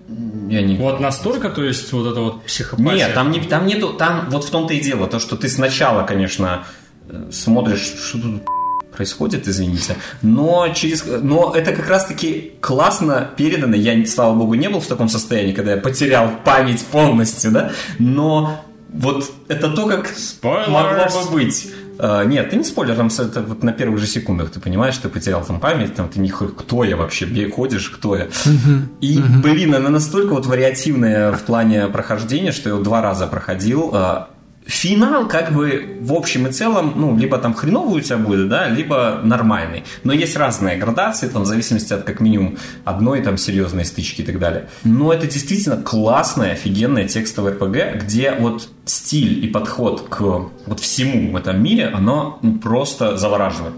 E: Я не-
A: Вот настолько, то есть, вот это вот психопатия.
E: Нет, там, не, там нету, там вот в том-то и дело, то, что ты сначала, конечно, э, смотришь, что тут происходит, извините, но через, но это как раз-таки классно передано, я, не- слава богу, не был в таком состоянии, когда я потерял память полностью, да, но вот это то, как
A: Spoilers.
E: могло бы быть. Э, нет, ты не спойлер, там с- это вот на первых же секундах ты понимаешь, ты потерял там память, там ты не хуй- кто я вообще, где ходишь, кто я. И, блин, она настолько вот вариативная в плане прохождения, что я его два раза проходил. Э, Финал, как бы, в общем и целом, ну, либо там хреновый у тебя будет, да, либо нормальный. Но есть разные градации, там, в зависимости от, как минимум, одной там серьезной стычки и так далее. Но это действительно классная, офигенная текстовая РПГ, где вот стиль и подход к вот всему в этом мире, оно ну, просто завораживает.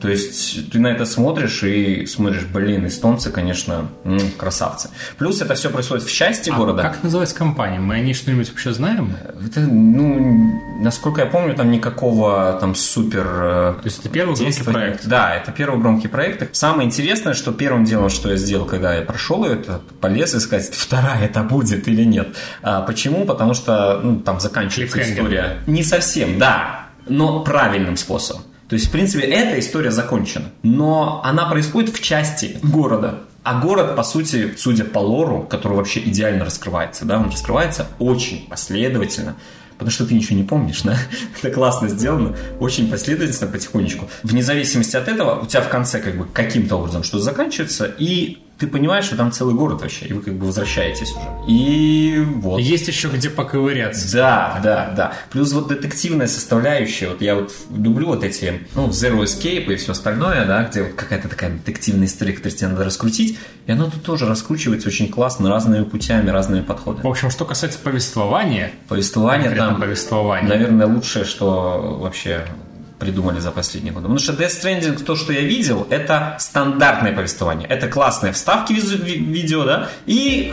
E: То есть ты на это смотришь и смотришь, блин, эстонцы, конечно, м, красавцы. Плюс это все происходит в части
A: А
E: города.
A: Как называется компания? Мы о ней что-нибудь вообще знаем?
E: Это, ну, насколько я помню, там никакого там супер... э,
A: То есть это первый громкий
E: действия
A: проект.
E: нет. Да, это первый громкий проект. Самое интересное, что первым делом, что я сделал, когда я прошел ее, это полез искать, вторая это будет или нет. А почему? Потому что ну, там заканчивается
A: Cliffhanger.
E: история. Не совсем, да, но правильным способом. То есть, в принципе, эта история закончена. Но она происходит в части города. А город, по сути, судя по лору, который вообще идеально раскрывается, да, он раскрывается очень последовательно. Потому что ты ничего не помнишь, да? Это классно сделано, очень последовательно, потихонечку. Вне зависимости от этого, у тебя в конце как бы каким-то образом что-то заканчивается, и ты понимаешь, что там целый город вообще, и вы как бы возвращаетесь уже. И вот.
A: Есть еще где поковыряться.
E: Да, да, да. Плюс вот детективная составляющая. Вот я вот люблю вот эти, ну, Zero Escape и все остальное, да, где вот какая-то такая детективная история, которую тебе надо раскрутить. И она тут тоже раскручивается очень классно разными путями, разными
A: В
E: подходами.
A: общем, что касается повествования,
E: Повествование
A: конкретно
E: там,
A: повествование.
E: наверное, лучшее, что вообще придумали за последние годы. Потому что Death Stranding, то, что я видел, это стандартное повествование. Это классные вставки визу- ви- видео, да, и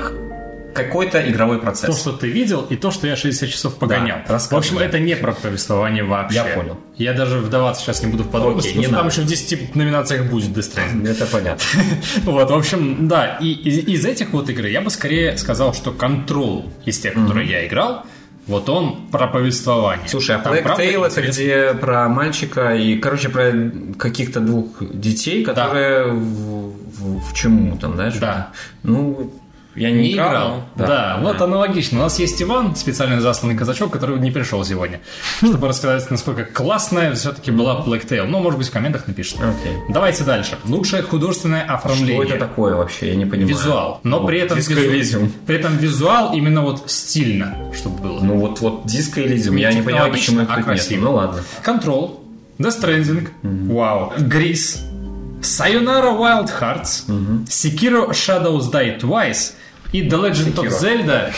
E: какой-то игровой процесс.
A: То, что ты видел, и то, что я 60 часов погонял. в
E: рассказывай.
A: общем, это не про повествование вообще.
E: Я понял.
A: Я даже вдаваться сейчас не буду в подробности,
E: Окей, не
A: потому
E: надо.
A: что там еще в 10 номинациях будет Death Stranding.
E: Это понятно.
A: Вот, в общем, да, и из, из этих вот игр я бы скорее сказал, что Control из тех, которые я играл, вот он про повествование.
E: Слушай, а
A: Там
E: Black
A: правда
E: Tail это
A: интересно.
E: где про мальчика и, короче, про каких-то двух детей, которые в, в- в чему там, да?
A: Да.
E: Ну, я не,
A: не играл.
E: но-
A: Да, вот аналогично. У нас есть Иван, специально засланный казачок, который не пришел сегодня, чтобы рассказать, насколько классная все-таки была Black Tail. Ну, может быть, в комментах напишет.
E: Окей.
A: Давайте дальше. Лучшее художественное
E: Что
A: оформление.
E: это такое вообще? Я не понимаю.
A: Визуал. Но
E: Вот,
A: при этом
E: Disco
A: визу-
E: Elysium.
A: при этом визуал именно вот стильно, чтобы было.
E: Ну вот, вот диско Elysium. Я не понимаю, почему их
A: а
E: тут нет.
A: красиво.
E: Ну ладно.
A: Control, Death Stranding, Вау, Грис, Sayonara Wild Hearts, Sekiro Shadows Die Twice и The Legend of Zelda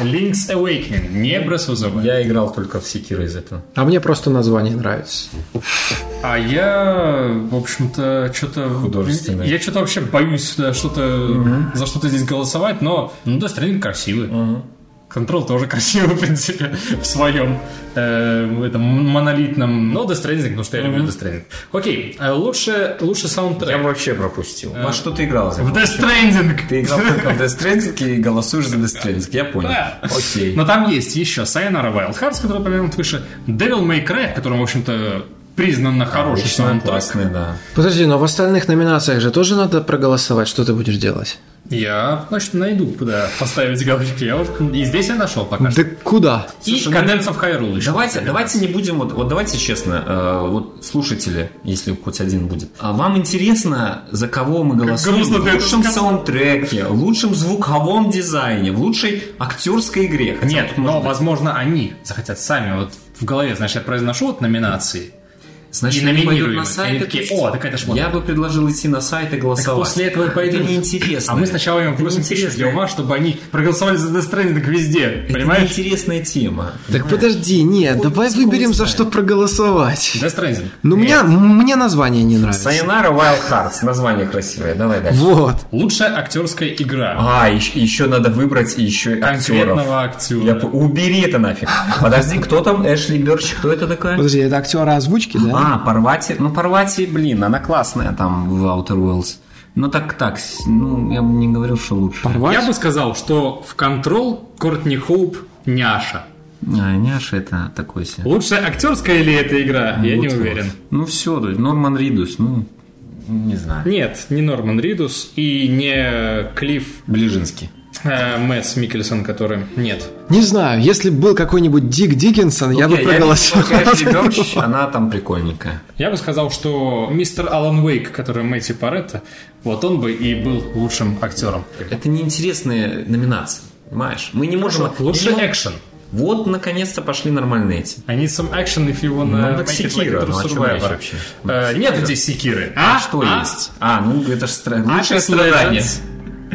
A: Link's Awakening. Не Breath of the Wild.
E: Я играл только в Секира из этого.
B: А мне просто название нравится.
A: А я, в общем-то, что-то...
E: Художественное.
A: Я что-то вообще боюсь да, что-то за что-то здесь голосовать, но, ну, да, трейлер красивый. Контрол тоже красивый, в принципе, в своем э, этом монолитном. Но Death Stranding, потому что я люблю Death Stranding. Окей, э, лучше, лучше
E: Я
A: саундтрек.
E: вообще пропустил. Во что ты играл?
A: Э, В Death Stranding!
E: Ты играл только в Death Stranding и голосуешь за Death Stranding. Я понял.
A: Да.
E: Окей.
A: Но там есть еще Sayonara Wild Hearts, который упомянут выше, Devil May Cry, в котором, в общем-то, признан на хороший
E: Отлично,
A: саундтрек.
E: классный, да.
B: Подожди, но в остальных номинациях же тоже надо проголосовать, что ты будешь делать?
A: Я, значит, найду, куда поставить галочки. Я уже... И здесь я нашел пока что.
B: Да куда?
A: И Condemns of Hyrule еще.
E: Давайте, давайте не будем, вот, вот давайте честно, э, вот слушатели, если хоть один будет, а вам интересно, за кого мы голосуем
A: грустно
E: в
A: ты это
E: лучшем
A: сказал.
E: саундтреке, в лучшем звуковом дизайне, в лучшей актерской игре? Хотя
A: Нет, ну,
E: тут
A: но,
E: можно-
A: возможно, они захотят сами. Вот в голове, знаешь, я произношу вот номинации.
E: значит,
A: и
E: они пойдут
A: номинируемые.
E: на сайт.
A: Они такие,
E: и пусть-
A: «О, так это ж вот».
E: Я бы предложил идти на сайт и голосовать.
A: после этого и пойдут.
E: Это неинтересно.
A: А мы сначала им
E: Это
A: бросим тысячу
E: неинтересная-
A: для ума, чтобы они проголосовали за Death Stranding везде.
E: Это
A: Понимаешь?
E: неинтересная тема.
B: Так подожди, нет, давай
E: сколько
B: выберем, за
E: знает.
B: что проголосовать.
A: Death Stranding.
B: Ну, мне, мне название не нравится.
E: Сайонара Wild Hearts. Название красивое. Давай дальше.
B: Вот.
A: Лучшая актерская игра.
E: А, еще, надо выбрать еще актеров.
A: Конкретного
E: Я
A: актера.
E: по- Убери это нафиг. Подожди, кто там? Эшли Берч, кто это такая?
B: Подожди, это актера озвучки, да?
E: А, Парвати. Ну, Парвати, блин, она классная там в Outer Worlds. Ну, так, так, с- ну, я бы не говорил, что лучше.
B: Порвать?
A: Я бы сказал, что в Control Кортни Хоуп няша.
E: А, Няша это такой себе.
A: Лучшая актерская ли эта игра? Я не
E: Вот-вот.
A: уверен.
E: Ну, все, Норман Ридус, ну, не знаю.
A: Нет, не Норман Ридус и не Клифф
E: Ближинский.
A: э, Мэтс Микельсон, который... Нет.
B: Не знаю, если бы был какой-нибудь Дик Диккенсон, я бы
E: Окей, Ну, я
B: проголосовал.
E: видел, что Эшли Берч, она там прикольненькая.
A: Я бы сказал, что мистер Алан Уэйк, который Мэтти Паретта, вот он бы и был лучшим актером.
E: Это неинтересные номинации, понимаешь? Мы не можем...
A: Лучший
E: не можем-
A: экшен.
E: Вот, наконец-то пошли нормальные эти.
A: I need some action if you wanna
E: Ну, так
A: make it
E: Секиро,
A: like
E: ну,
A: a
E: о
A: true
E: чем речь
A: survivor.
E: вообще? Ну,
A: Э, Нет здесь секиры. А?
E: что
A: А?
E: есть? А, ну это же стра... лучшее
A: Apex
E: страдание.
A: Legends,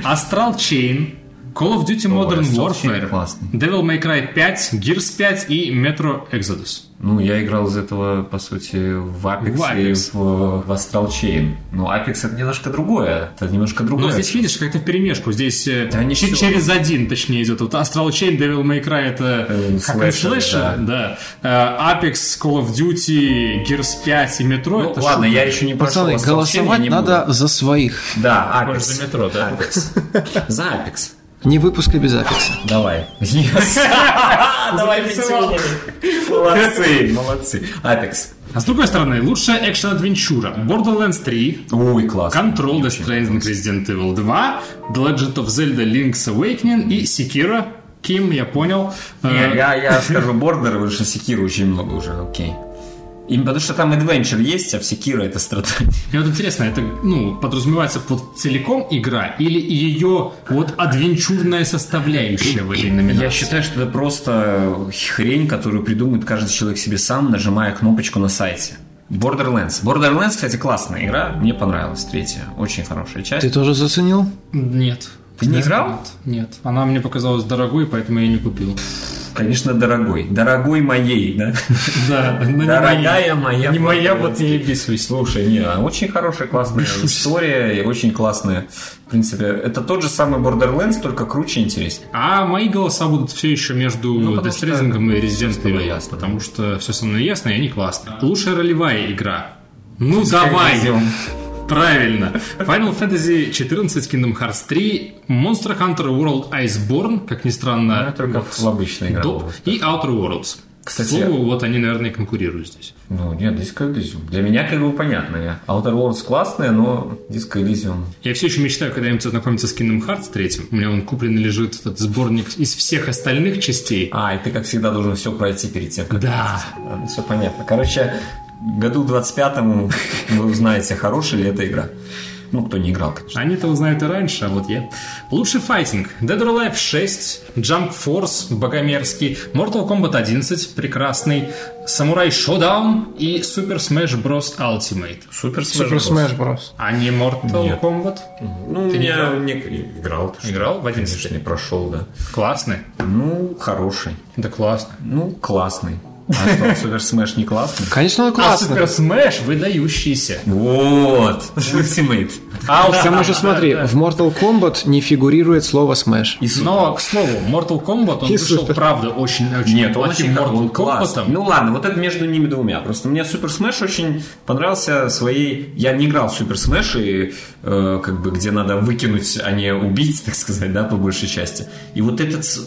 A: Astral Chain, Call of Duty Modern
E: Astral Chain
A: Warfare,
E: классный.
A: Devil May Cry 5, Gears 5 и Metro Exodus.
E: Ну, я играл из этого, по сути, в Apex,
A: В Apex.
E: и в, в Astral Chain. Но Apex это немножко другое. Это немножко другое.
A: Но Ну, здесь, видишь, как-то вперемешку. Здесь э,
E: Да они
A: че-
E: всё-
A: через один, точнее, идет. Вот Astral Chain, Devil May Cry это
E: Э,
A: как
E: слэшер,
A: и слэшер, да. Э, Apex, Call of Duty, Gears 5 и Metro.
E: Ну,
A: это
E: ладно,
A: шутка.
E: я еще не прошел
B: Пацаны,
E: Astral Chain, я
B: голосовать
E: не
B: надо
E: буду.
B: за своих.
E: Да, Apex.
A: Может, за метро, да.
E: Apex. За Apex.
B: Не выпускай без апекса.
E: Давай. Давай пятерку. Молодцы, молодцы. Apex.
A: А с другой стороны, лучшая экшн-адвенчура. Borderlands 3,
E: Ой, класс.
A: Control, Death Stranding, Resident Evil 2, The Legend of Zelda Link's Awakening и Sekiro. Ким, я понял.
E: Не,
A: Э,
E: я, я скажу Бордер, потому что Секиру очень много уже, окей. И потому что там Adventure есть, а в Секиру это страдание.
A: Мне вот интересно, это ну, подразумевается под целиком игра или ее вот адвенчурная составляющая в этой номинации?
E: Я считаю, что это просто хрень, которую придумает каждый человек себе сам, нажимая кнопочку на сайте. Borderlands. Borderlands, кстати, классная игра. Мне понравилась третья. Очень хорошая часть.
B: Ты тоже заценил?
A: Нет.
E: Ты не играл?
A: Нет. Она мне показалась дорогой, поэтому я не купил.
E: Конечно, дорогой. Дорогой моей, да?
A: Да, но
E: Ну,
A: не моя.
E: Дорогая моя.
A: Не моя, вот не
E: бесусь. Слушай, не, а очень хорошая, классная история и очень классная. В принципе, это тот же самый Borderlands, только круче и интереснее.
A: А мои голоса будут все еще между
E: Ну, потому
A: Death
E: что
A: Stranding и Resident
E: тобой
A: Evil.
E: ясно.
A: Потому что все со мной ясно, и они классные. Лучшая ролевая игра. Ну давай!
E: Elysium.
A: Правильно. Final Fantasy 14, Kingdom Hearts 3, Monster Hunter World Iceborne, как ни странно,
E: Она Ну, только
A: вот,
E: в обычной игра.
A: Доп.
E: была.
A: И Outer Worlds.
E: Кстати,
A: К слову, вот они, наверное, и конкурируют здесь.
E: Ну, нет, Диско Элизиум. Для меня как бы понятно. я- Outer Worlds классная, но Диско Элизиум...
A: Я все еще мечтаю когда-нибудь ознакомиться с Kingdom Hearts 3. У меня он куплен лежит этот сборник из всех остальных частей.
E: А, и ты, как всегда, должен все пройти перед тем, как...
A: Да.
E: Все понятно. Короче, году 25-му вы узнаете, хорошая ли эта игра. Ну, кто не играл, конечно.
A: Они-то узнают и раньше, а вот я. Лучший файтинг. Dead or Alive 6, Jump Force богомерзкий, Mortal Kombat 11 прекрасный, Samurai Showdown и Super Smash Bros. Ultimate.
E: Супер Smash
B: Супер
E: Bros.
B: Smash Bros.
A: А не Mortal
E: Нет.
A: Kombat?
E: Ну,
A: Ты не
E: я
A: играл?
E: не играл. ты что?
A: Играл в 11?
E: Конечно, не прошел, да.
A: Классный.
E: Ну, хороший.
A: Да классно.
E: Ну, классный. А что, Супер Смэш не классный?
B: Конечно, он
A: А
B: классный.
A: Super Smash выдающийся.
E: Вот! Ультимейт.
A: А
B: К тому же, смотри, в Mortal Kombat не фигурирует слово Smash.
A: Но, к слову, Mortal Kombat, он
B: И
A: вышел,
B: супер.
A: правда, очень-очень
E: Нет, он очень хор- он
A: Mortal
E: классный.
A: Kombat.
E: Ну ладно, вот это между ними двумя. Просто мне Супер Смэш очень понравился своей... Я не играл в Супер Смэш, и э, как бы где надо выкинуть, а не убить, так сказать, да, по большей части. И вот это ц-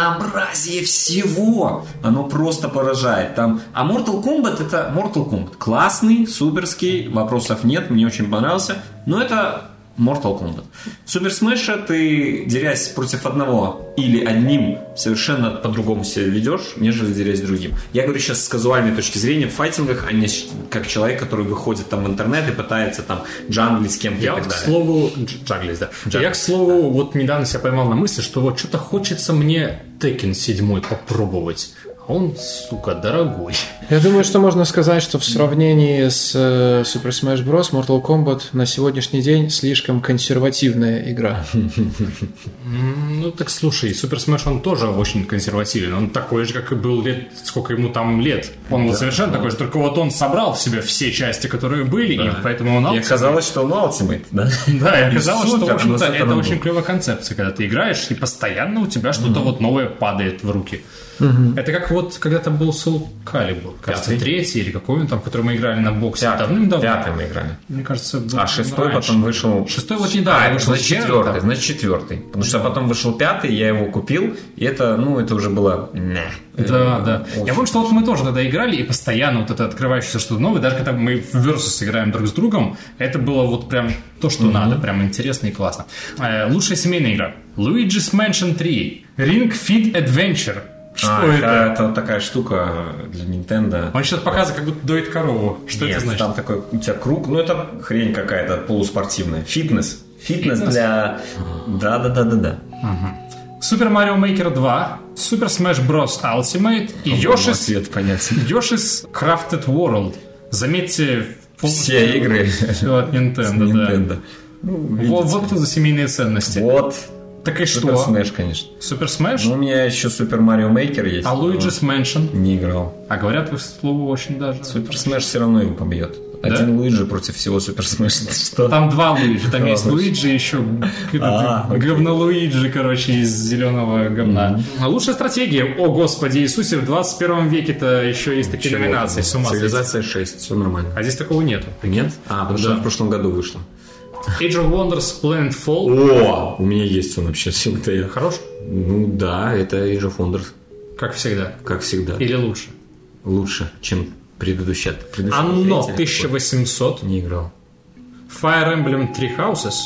E: разнообразие всего, оно просто поражает. Там... А Mortal Kombat это Mortal Kombat. Классный, суперский, вопросов нет, мне очень понравился. Но это Mortal Kombat. В Супер Смэше ты, дерясь против одного или одним, совершенно по-другому себя ведешь, нежели дерясь другим. Я говорю сейчас с казуальной точки зрения в файтингах, а не щ- как человек, который выходит там в интернет и пытается там джанглить с кем-то и
A: Я
E: так
A: вот, к
E: далее.
A: слову, дж- джаглис, да. Я, к слову, вот недавно себя поймал на мысли, что вот что-то хочется мне Tekken 7 попробовать. А Он, сука, дорогой.
B: Я думаю, что можно сказать, что в сравнении с э, Super Smash Bros. Mortal Kombat на сегодняшний день слишком консервативная игра.
A: М, Ну так слушай, Супер Smash он тоже очень консервативен. Он такой же, как и был лет, сколько ему там лет. Он вот совершенно такой же, только вот он собрал в себя все части, которые были, и поэтому он
E: И оказалось, что он Ultimate, да?
A: Да, и
E: И
A: оказалось, что,
E: супер,
A: в общем-то,
E: но с
A: это
E: этого
A: очень
E: было.
A: клевая концепция, когда ты играешь, и постоянно у тебя что-то вот новое падает в руки. Это как вот когда-то был Soul Calibur, кажется,
E: Пятый.
A: третий или какой он там, который мы играли на боксе давным-давно.
E: Пятый мы играли.
A: Мне кажется, был
E: А шестой
A: раньше.
E: потом вышел...
A: Шестой вот недавно
E: А, это
A: вышел,
E: значит
A: четвертый.
E: четвертый, значит четвертый. Потому что потом вышел пятый, я его купил, и это, ну, это уже было... мя.
A: Да, да.
E: Очень.
A: Я помню, что вот мы тоже тогда играли, и постоянно вот это открывающееся что-то новое, даже когда мы в Versus играем друг с другом, это было вот прям то, что надо, прям интересно и классно. Э, лучшая семейная игра. Luigi's Mansion 3. Ring Fit Adventure. Что
E: А,
A: это?
E: Это такая штука для Nintendo.
A: Он сейчас показывает, как будто доит корову. Что
E: Нет,
A: это значит?
E: Там такой у тебя круг, ну это хрень какая-то полуспортивная. Фитнес. Фитнес,
A: Фитнес?
E: для... Да-да-да-да-да.
A: Super Mario Maker 2, Super Smash Bros. Ultimate и Yoshi's,
E: Свет, понятен.
A: Yoshi's Crafted World. Заметьте,
E: Все игры
A: Все от
E: с
A: Nintendo, да.
E: Nintendo. Ну,
A: Вот, вот кто за семейные ценности.
E: Вот.
A: Так и
E: Супер
A: что?
E: Smash, конечно.
A: Супер Смэш?
E: Ну, у меня еще Супер Марио Мейкер есть.
A: А
E: но
A: Luigi's Mansion?
E: Не играл.
A: А говорят, вы слову очень даже...
E: Супер Смэш все равно его побьет. Один Луиджи против всего Супер Смэша. Что?
A: Там два Луиджи, там
E: Да,
A: есть
E: точно.
A: Луиджи еще
E: А, окей.
A: говно Луиджи, короче, из зеленого говна. А Лучшая стратегия, о господи Иисусе, в 21 веке-то еще есть такие
E: Чего
A: номинации,
E: там?
A: с ума сойти.
E: Цивилизация 6, все нормально.
A: А здесь такого нету.
E: Нет? А, потому что
A: Да.
E: она в прошлом году вышла.
A: Age of Wonders, Planetfall.
E: О, у меня есть он вообще, сил-то я.
A: Хорош?
E: Ну да, это Age of Wonders,
A: Как всегда.
E: как всегда.
A: Или лучше.
E: Лучше, чем предыдущая. предыдущая
A: Анно
E: третья.
A: 1800.
E: Не играл.
A: Fire Emblem Three Houses.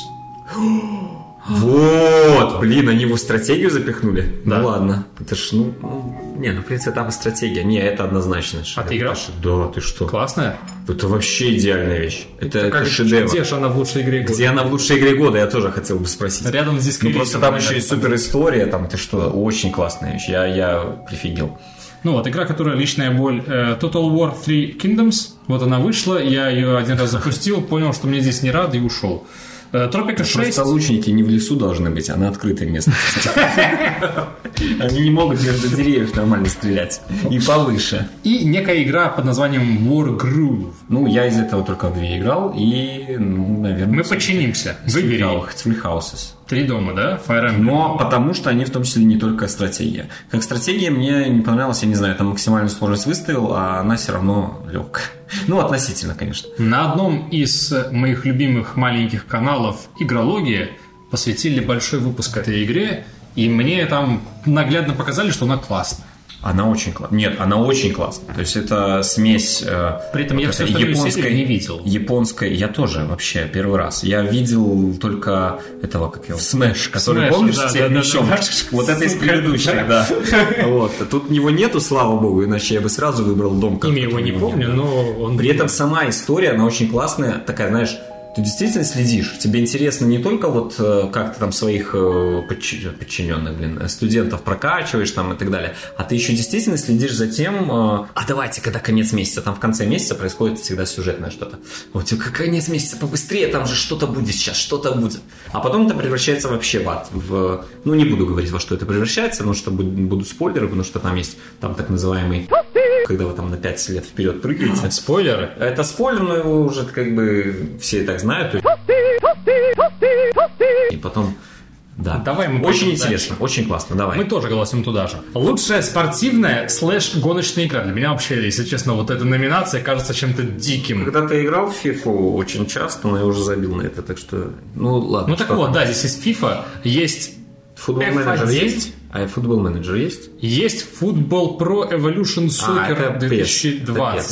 A: А!
E: Вот, блин, они его в стратегию запихнули?
A: Да.
E: Ну ладно. Это ж, ну, ну, не, ну, в принципе, там и стратегия. Не, это однозначно.
A: А ты играл?
E: Да, ты что?
A: Классная.
E: Это вообще идеальная вещь. Это, это
A: Как-
E: шедевр.
A: Где же она в лучшей игре?
E: Где она в лучшей игре года, я тоже хотел бы спросить.
A: Рядом с диском.
E: Ну просто там еще и супер история, там ты что, очень классная вещь. Я, я прифигел.
A: Ну вот, игра, которая личная боль. Э, Total War 3 Kingdoms. Вот она вышла, я ее один раз запустил, понял, что мне здесь не рады и ушел. Э, Тропика 6.
E: Просто лучники не в лесу должны быть, а на открытой местности. Они не могут между деревьев нормально стрелять. И повыше.
A: И некая игра под названием War Groove.
E: Ну, я из этого только в две играл, и, ну, наверное...
A: Мы починимся. Выбери.
E: Хауses.
A: Три дома, да? Fire Emblem.
E: Но потому что они в том числе не только стратегия. Как стратегия мне не понравилась, я не знаю, там максимальную сложность выставил, а она все равно легкая. Ну, относительно, конечно.
A: На одном из э, моих любимых маленьких каналов «Игрология» посвятили большой выпуск этой игре, и мне там наглядно показали, что она классная.
E: Она очень классная. Нет, она очень классная. То есть это смесь... э,
A: При этом я
E: вот
A: всю
E: этой
A: остальную серию не видел.
E: Японской... Я тоже вообще первый раз. Я видел только этого, как его... Смэш, который,
A: Smash,
E: помнишь,
A: да,
E: всех
A: да, да,
E: мечом?
A: да.
E: Вот это из
A: Сука,
E: предыдущих, да. Вот. А Тут его нету, слава богу, иначе я бы сразу выбрал дом. как
A: Имя
E: тут
A: его не
E: нет.
A: помню, но он...
E: При этом сама история, она очень классная, такая, знаешь, ты действительно следишь. Тебе интересно не только вот э, как ты там своих подчиненных, блин, э, студентов прокачиваешь там и так далее, а ты еще действительно следишь за тем, а давайте, когда конец месяца, там в конце месяца происходит всегда сюжетное что-то. Вот тебе конец месяца побыстрее, там же что-то будет сейчас, что-то будет. А потом это превращается вообще в ад. В, ну, не буду говорить, во что это превращается, потому что будут спойлеры, потому что там есть там так называемый когда вы там на 5 лет вперед прыгаете. А,
A: спойлеры?
E: Это спойлер, но его уже как бы все и так знают. И потом да.
A: Давай мы
E: Очень интересно, дальше. очень классно, давай.
A: А Мы тоже голосим туда же. Лучшая спортивная слэш-гоночная игра. Для меня вообще, если честно, вот эта номинация кажется чем-то диким.
E: Когда ты играл в FIFA очень часто, но я уже забил на это, так что... Ну, ладно.
A: Ну, так вот, там? да, здесь есть FIFA, есть...
E: Футбол менеджер есть? А футбол менеджер есть?
A: Есть футбол Pro Evolution Soccer а, 2020.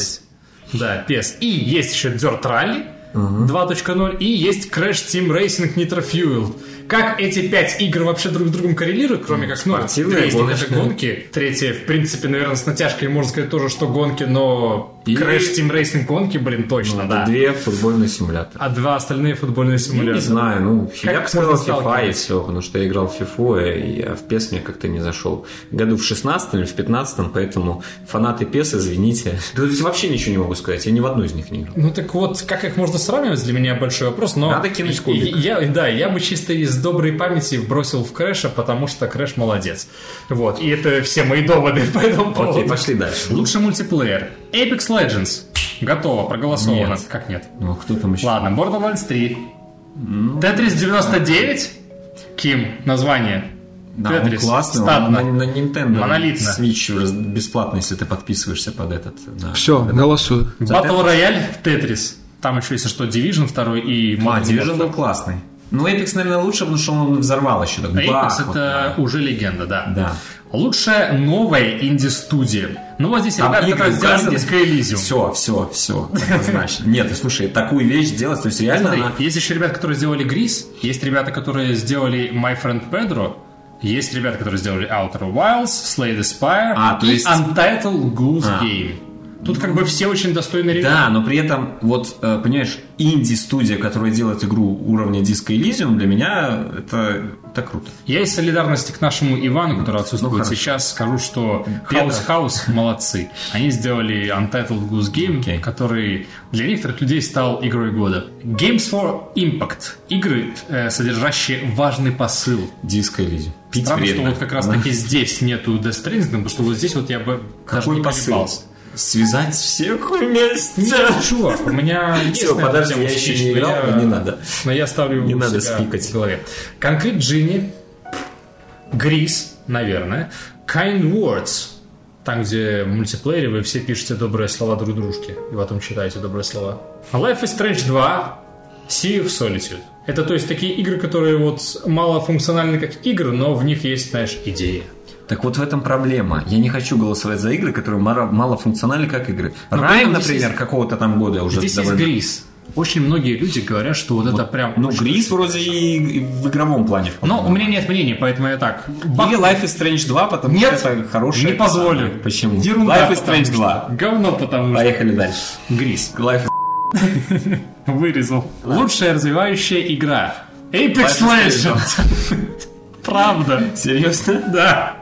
A: PES. Да, PES. И есть еще Dirt Rally. Uh-huh. 2.0 и есть Crash Team Racing Nitro Fuel. Как эти пять игр вообще друг с другом коррелируют, кроме как, ну,
E: Спортивные,
A: из них это гонки. Третье, в принципе, наверное, с натяжкой можно сказать тоже, что гонки, но и... Crash Team Racing гонки, блин, точно, ну, да.
E: Две футбольные симуляторы.
A: А два остальные футбольные симуляторы. Я
E: не знаю, ну, как я бы сказал FIFA и все, потому что я играл в FIFA, и я в PES мне как-то не зашел. Году в 16 или в 15 поэтому фанаты PES, извините. Да, то есть вообще ничего не могу сказать, я ни в одну из них не играл.
A: Ну так вот, как их можно сравнивать, для меня большой вопрос, но...
E: Надо кинуть кубик.
A: Я, да, я бы чисто из доброй памяти бросил в Крэша, потому что Крэш молодец. Вот, и это все мои доводы по этому поводу.
E: Окей, пошли дальше.
A: Лучший мультиплеер. Apex Legends. Готово, проголосовано. Нет. Как нет?
E: Ну, кто там еще?
A: Ладно, Borderlands 3. Tetris 99. Ким, название.
E: Да, Tetris. он классный,
A: Статно.
E: он на, на Nintendo
A: Монолитно.
E: Switch бесплатно, если ты подписываешься под этот. Да,
B: Все,
E: этот.
B: голосую.
A: Battle Royale в Tetris. Там еще, если что, Division 2 и...
E: А, Division был классный. Ну, Apex, наверное, лучше, потому что он взорвал еще так.
A: Apex Бах, это э, вот, да. уже легенда, да.
E: Да.
A: Лучшая новая инди-студия. Ну, вот здесь
E: Там
A: ребята,
E: игры
A: которые сделали
E: указаны.
A: диско Elysium.
E: Все, все, все, однозначно. Нет, ну, слушай, такую вещь делать, то есть реально
A: Смотри,
E: она...
A: есть еще ребята, которые сделали Грис, есть ребята, которые сделали My Friend Pedro, есть ребята, которые сделали Outer Wilds, Slay the Spire
E: А, то
A: и
E: есть-
A: Untitled Goose
E: А.
A: Game. Тут как бы все очень достойные ребята.
E: Да, но при этом, вот, э, понимаешь, инди-студия, которая делает игру уровня Disco Elysium, для меня это, это круто.
A: Я из солидарности к нашему Ивану, который отсутствует
E: Ну, хорошо.
A: сейчас, скажу, что
E: Бедно.
A: House House молодцы. Они сделали Untitled Goose Game,
E: Окей.
A: который для некоторых людей стал игрой года. Games for Impact. Игры, э, содержащие важный посыл.
E: Disco Elysium. Пить
A: Странно, что
E: вредно.
A: вот как раз таки здесь нету Death Stranding, потому что вот здесь вот я бы даже
E: Какой
A: не
E: посыл?
A: колебался.
E: Связать всех вместе.
A: Нет, чувак, у меня есть
E: Всё,
A: на эту
E: подожди,
A: тему
E: я еще
A: спич,
E: не
A: но
E: играл,
A: я-
E: но не надо.
A: Но я ставлю
E: Не
A: у
E: надо
A: себя
E: спикать.
A: в голове. Конкрет Джинни, Грис, наверное, Kind Words, там, где в мультиплеере вы все пишете добрые слова друг дружке и потом читаете добрые слова. Life is Strange 2, Sea of Solitude. Это, то есть, такие игры, которые вот малофункциональны как игры, но в них есть, знаешь, идея.
E: Так вот в этом проблема. Я не хочу голосовать за игры, которые мара- малофункциональны как игры.
A: Но при
E: Райм,
A: этом Ну, здесь
E: например,
A: есть-
E: какого-то там года уже
A: Здесь
E: Ну, довольно-
A: есть Грис. Очень многие люди говорят, что вот, это прям...
E: Ну,
A: очень
E: Грис вроде и и в игровом плане.
A: Но у меня нет мнений, поэтому я так. Бах,
E: Или Life is Strange 2, потому
A: Нет,
E: что это хорошая...
A: не
E: игра.
A: позволю.
E: Почему?
A: Ерунда,
E: Life is
A: потому
E: Strange
A: что.
E: 2.
A: Говно, потому что.
E: Поехали дальше.
A: Грис.
E: Life is-
A: Вырезал. Лучшая развивающая игра. Apex
E: Life is
A: Legends. Правда.
E: Серьезно?
A: Да.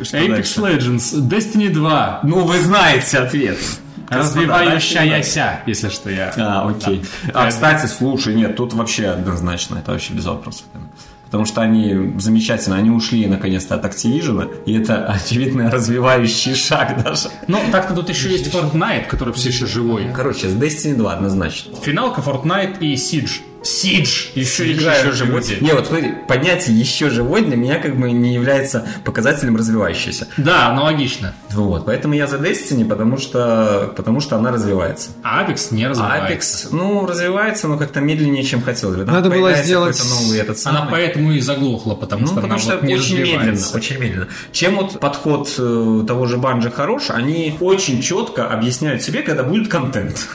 E: Что
A: Apex
E: дальше?
A: Legends. Destiny 2.
E: Ну, вы знаете ответ.
A: Развивающаяся, если что, я.
E: А, окей.
A: Да.
E: А, кстати, слушай, нет, тут вообще однозначно, это вообще без вопросов. Потому что они замечательно, они ушли наконец-то от Activision, и это очевидно развивающий шаг даже.
A: Ну, так-то тут еще есть Fortnite, который все еще живой.
E: Короче, с Destiny 2 однозначно.
A: Финалка Fortnite и Siege. Siege! Еще
E: Еще
A: играют
E: живой.
A: люди.
E: Не, вот смотри, поднятие еще живой для меня как бы не является показателем развивающейся.
A: Да, аналогично.
E: Вот, поэтому я за Destiny, потому что, потому что она развивается.
A: А Apex не
E: А
A: развивается.
E: Apex, ну, развивается, но как-то медленнее, чем хотелось бы. Там
B: Надо было
E: появляется
B: сделать-
E: какой-то новый этот самый.
A: Она поэтому и заглохла, потому
E: Ну,
A: что
E: потому
A: она
E: что
A: вот не
E: очень медленно,
A: развивается.
E: очень медленно. Чем вот подход э, того же Банжи хорош, они очень четко объясняют себе, когда будет контент.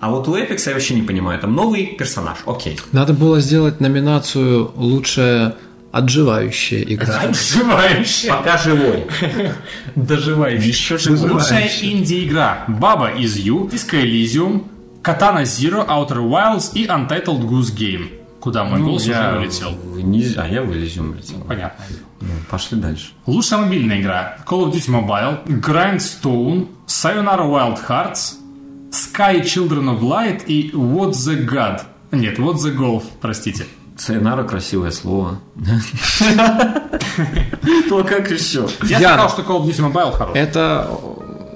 E: А вот у Эпикса я вообще не понимаю. Там новый персонаж, окей.
B: Надо было сделать номинацию «Лучшая отживающая игра».
A: Отживающая.
E: Пока живой.
A: Доживающая.
E: Еще живой.
A: Лучшая инди-игра. Баба из Ю, Disco Elysium, Katana Zero, Outer Wilds и Untitled Goose Game. Куда мой голос
E: Ну, я
A: уже улетел.
E: в низ- А я в Elysium улетел.
A: Понятно.
E: Ну, Пошли дальше.
A: Лучшая мобильная игра. Call of Duty Mobile, Grindstone, Sayonara Wild Hearts, Sky Children of Light и What the God. Нет, What the Golf, простите.
E: Сайнара красивое слово. Ну а как еще?
A: Я
B: Яна.
A: сказал, что Call of Duty Mobile хорош.
B: Это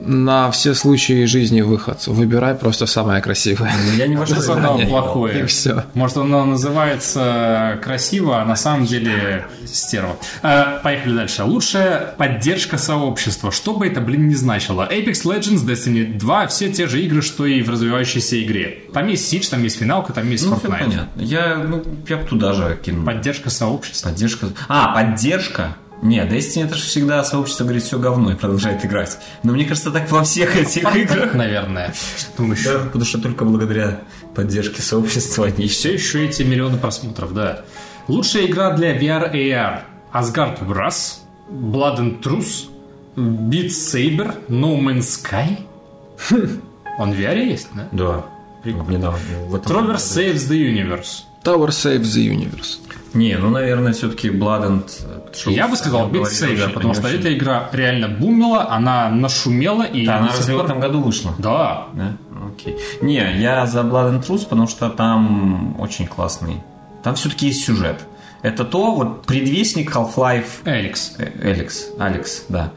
B: на все случаи жизни выход. Выбирай просто самое красивое.
E: Ну, Я ни во что
A: Что-то там
B: И
A: плохое.
B: все.
A: Может, оно называется красиво, а на самом деле стерва. Э, поехали дальше. Лучшая поддержка сообщества. Что бы это, блин, не значило. Apex Legends, Destiny 2, все те же игры, что и в развивающейся игре. Там есть Siege, там есть финалка, там есть
E: Ну, всё
A: Fortnite.
E: понятно. Я, ну, я бы туда же кинул.
A: Поддержка сообщества.
E: Поддержка. А, поддержка? Не, Destiny это же всегда сообщество говорит все говно и продолжает играть. Но мне кажется, так во всех этих играх.
A: Наверное. Что еще?
E: Да, потому что только благодаря поддержке сообщества они
A: И все еще эти миллионы просмотров, да. Лучшая игра для VR AR. Asgard Brass, Blood and Truth, Beat Saber, No Man's Sky.
E: Хм.
A: Он в VR есть, да?
E: Да. Недавно. в этом-
A: Trover Saves the Universe.
B: Tower Save the Universe.
E: Не, ну, наверное, все-таки Blood and э, Truth.
A: Я бы сказал Beat
E: говорил, да,
A: Saber, потому что
E: очень-
A: эта игра реально бумила, она нашумела и...
E: Да, она
A: до сих
E: разве в
A: пор-
E: этом году вышла?
A: Да.
E: Да? Ну, Окей. Не, я за Blood and Truth, потому что там очень классный. Там все-таки есть сюжет. Это то, вот предвестник Half-Life
A: Эликс.
E: Алекс, Алекс, да.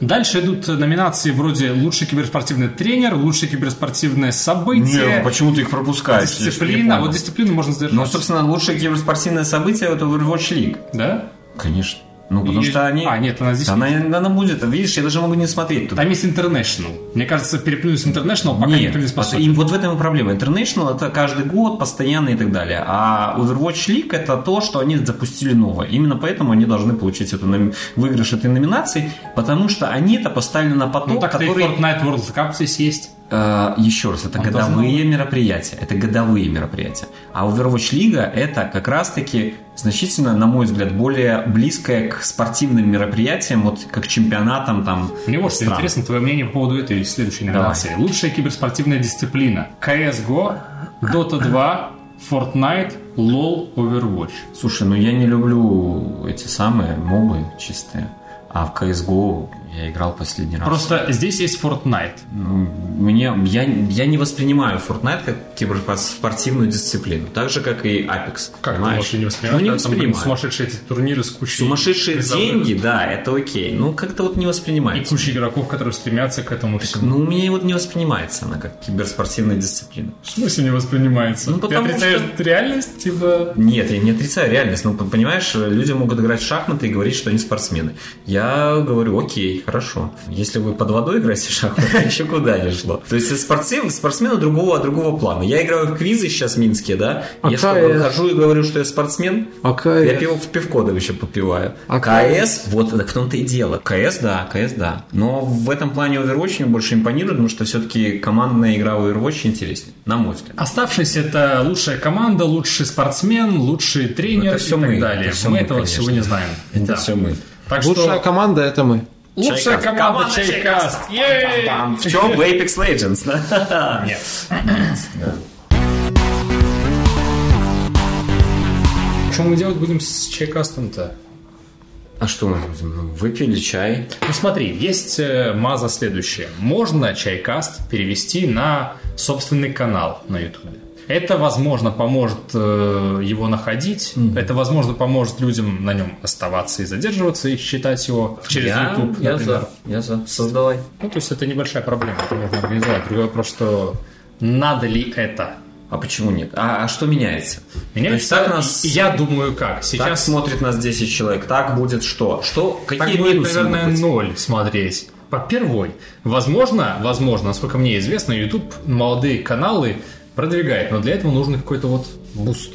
A: Дальше идут номинации вроде «Лучший киберспортивный тренер», «Лучшее киберспортивное событие»,
E: Не, ну, почему ты их пропускаешь? Я ж не
A: Ну, «Дисциплина».
E: понял.
A: Вот дисциплину можно сдержать.
E: Ну, собственно, лучшее киберспортивное событие это Overwatch League.
A: Да?
E: Конечно. Ну, потому
A: И-
E: что они...
A: А, нет, она здесь
E: Она, она будет, видишь, я даже могу не смотреть туда.
A: Там есть International. Мне кажется, переплюнуть International пока
E: Нет,
A: никто не способен.
E: им вот в этом и проблема. International это каждый год, постоянно и так далее. А Overwatch League это то, что они запустили новое. Именно поэтому они должны получить эту номи- выигрыш этой номинации, потому что они это поставили на поток,
A: Ну так то и
E: который...
A: Fortnite World Cup здесь есть.
E: Э, еще раз, это
A: Он
E: годовые
A: должен
E: мероприятия. Это годовые мероприятия. А Overwatch Лига это как раз-таки значительно, на мой взгляд, более близкое к спортивным мероприятиям, вот как чемпионатам там.
A: Мне вот что
E: стран.
A: интересно твое мнение по поводу этой следующей номинации. Лучшая киберспортивная дисциплина. CSGO, Dota 2, Fortnite, LoL, Overwatch.
E: Слушай, ну я не люблю эти самые мобы чистые. А в CSGO я играл последний раз.
A: Просто здесь есть Fortnite.
E: Мне, я, я не воспринимаю Fortnite как киберспортивную дисциплину. Так же, как и Apex.
A: Как ты
E: понимаешь?
A: можешь не воспринимать?
E: Ну, не
A: когда там, блин,
E: воспринимаю.
A: сумасшедшие эти турниры с кучей...
E: Сумасшедшие
A: призовых
E: деньги, да, это окей. Ну, как-то вот не
A: И
E: воспринимается.
A: куча игроков, которые стремятся к этому всему.
E: Ну, у меня вот не воспринимается она как киберспортивная дисциплина.
A: В смысле не воспринимается?
E: Ну,
A: Ты
E: потому
A: отрицаешь реальность? Типа...
E: Нет, я не отрицаю реальность. Ну, понимаешь, люди могут играть в шахматы и говорить, что они спортсмены. Я говорю, окей, хорошо. Если вы под водой играете в шахматы, еще куда не шло. То есть спортсмен, спортсмены другого, другого плана. Я играю в квизы сейчас в Минске, да?
B: А
E: я что,
B: КС?
E: выхожу и говорю, что я спортсмен?
B: А
E: Я
B: КС?
E: пиво в пивкодов еще попиваю.
B: А
E: КС, вот это в том-то и дело. КС, да, КС, да. Но в этом плане Overwatch мне больше импонирует, потому что все-таки командная игра в Overwatch интереснее, на мой взгляд.
A: Оставшись это лучшая команда, лучший спортсмен, лучший тренер
E: Это всё
A: и так
E: мы,
A: далее.
E: это всё
A: мы
E: мы,
A: этого
E: конечно.
A: всего не знаем. Да.
E: все мы.
A: Так
B: Лучшая
A: что
B: команда это мы.
A: лучшая
E: Чайкаст.
A: команда
E: Команда
A: Чайкаст. Ей!
E: В чем в Apex Legends, да?
A: Нет. Что мы делать будем с Чайкастом-то?
E: А что мы будем? Выпили чай.
A: Ну смотри, есть э, маза следующая. Можно Чайкаст перевести на собственный канал на Ютубе. Это, возможно, поможет э, его находить. Это, возможно, поможет людям на нем оставаться и задерживаться и считать его через
E: Я-
A: YouTube,
E: Я
A: например.
E: за. Я за. Создавай.
A: Ну, то есть это небольшая проблема, это можно организовать. Другой вопрос, что надо ли это?
E: А почему нет? А, а что меняется?
A: Меня
E: То есть так нас...
A: Я думаю, как.
E: Так
A: Сейчас
E: смотрит нас 10 человек. Так будет что? Что?
A: Так
E: Какие
A: будет,
E: минусы
A: наверное,
E: могут быть?
A: ноль смотреть. По первой, возможно, возможно, насколько мне известно, YouTube молодые каналы продвигает, но для этого нужен какой-то вот буст.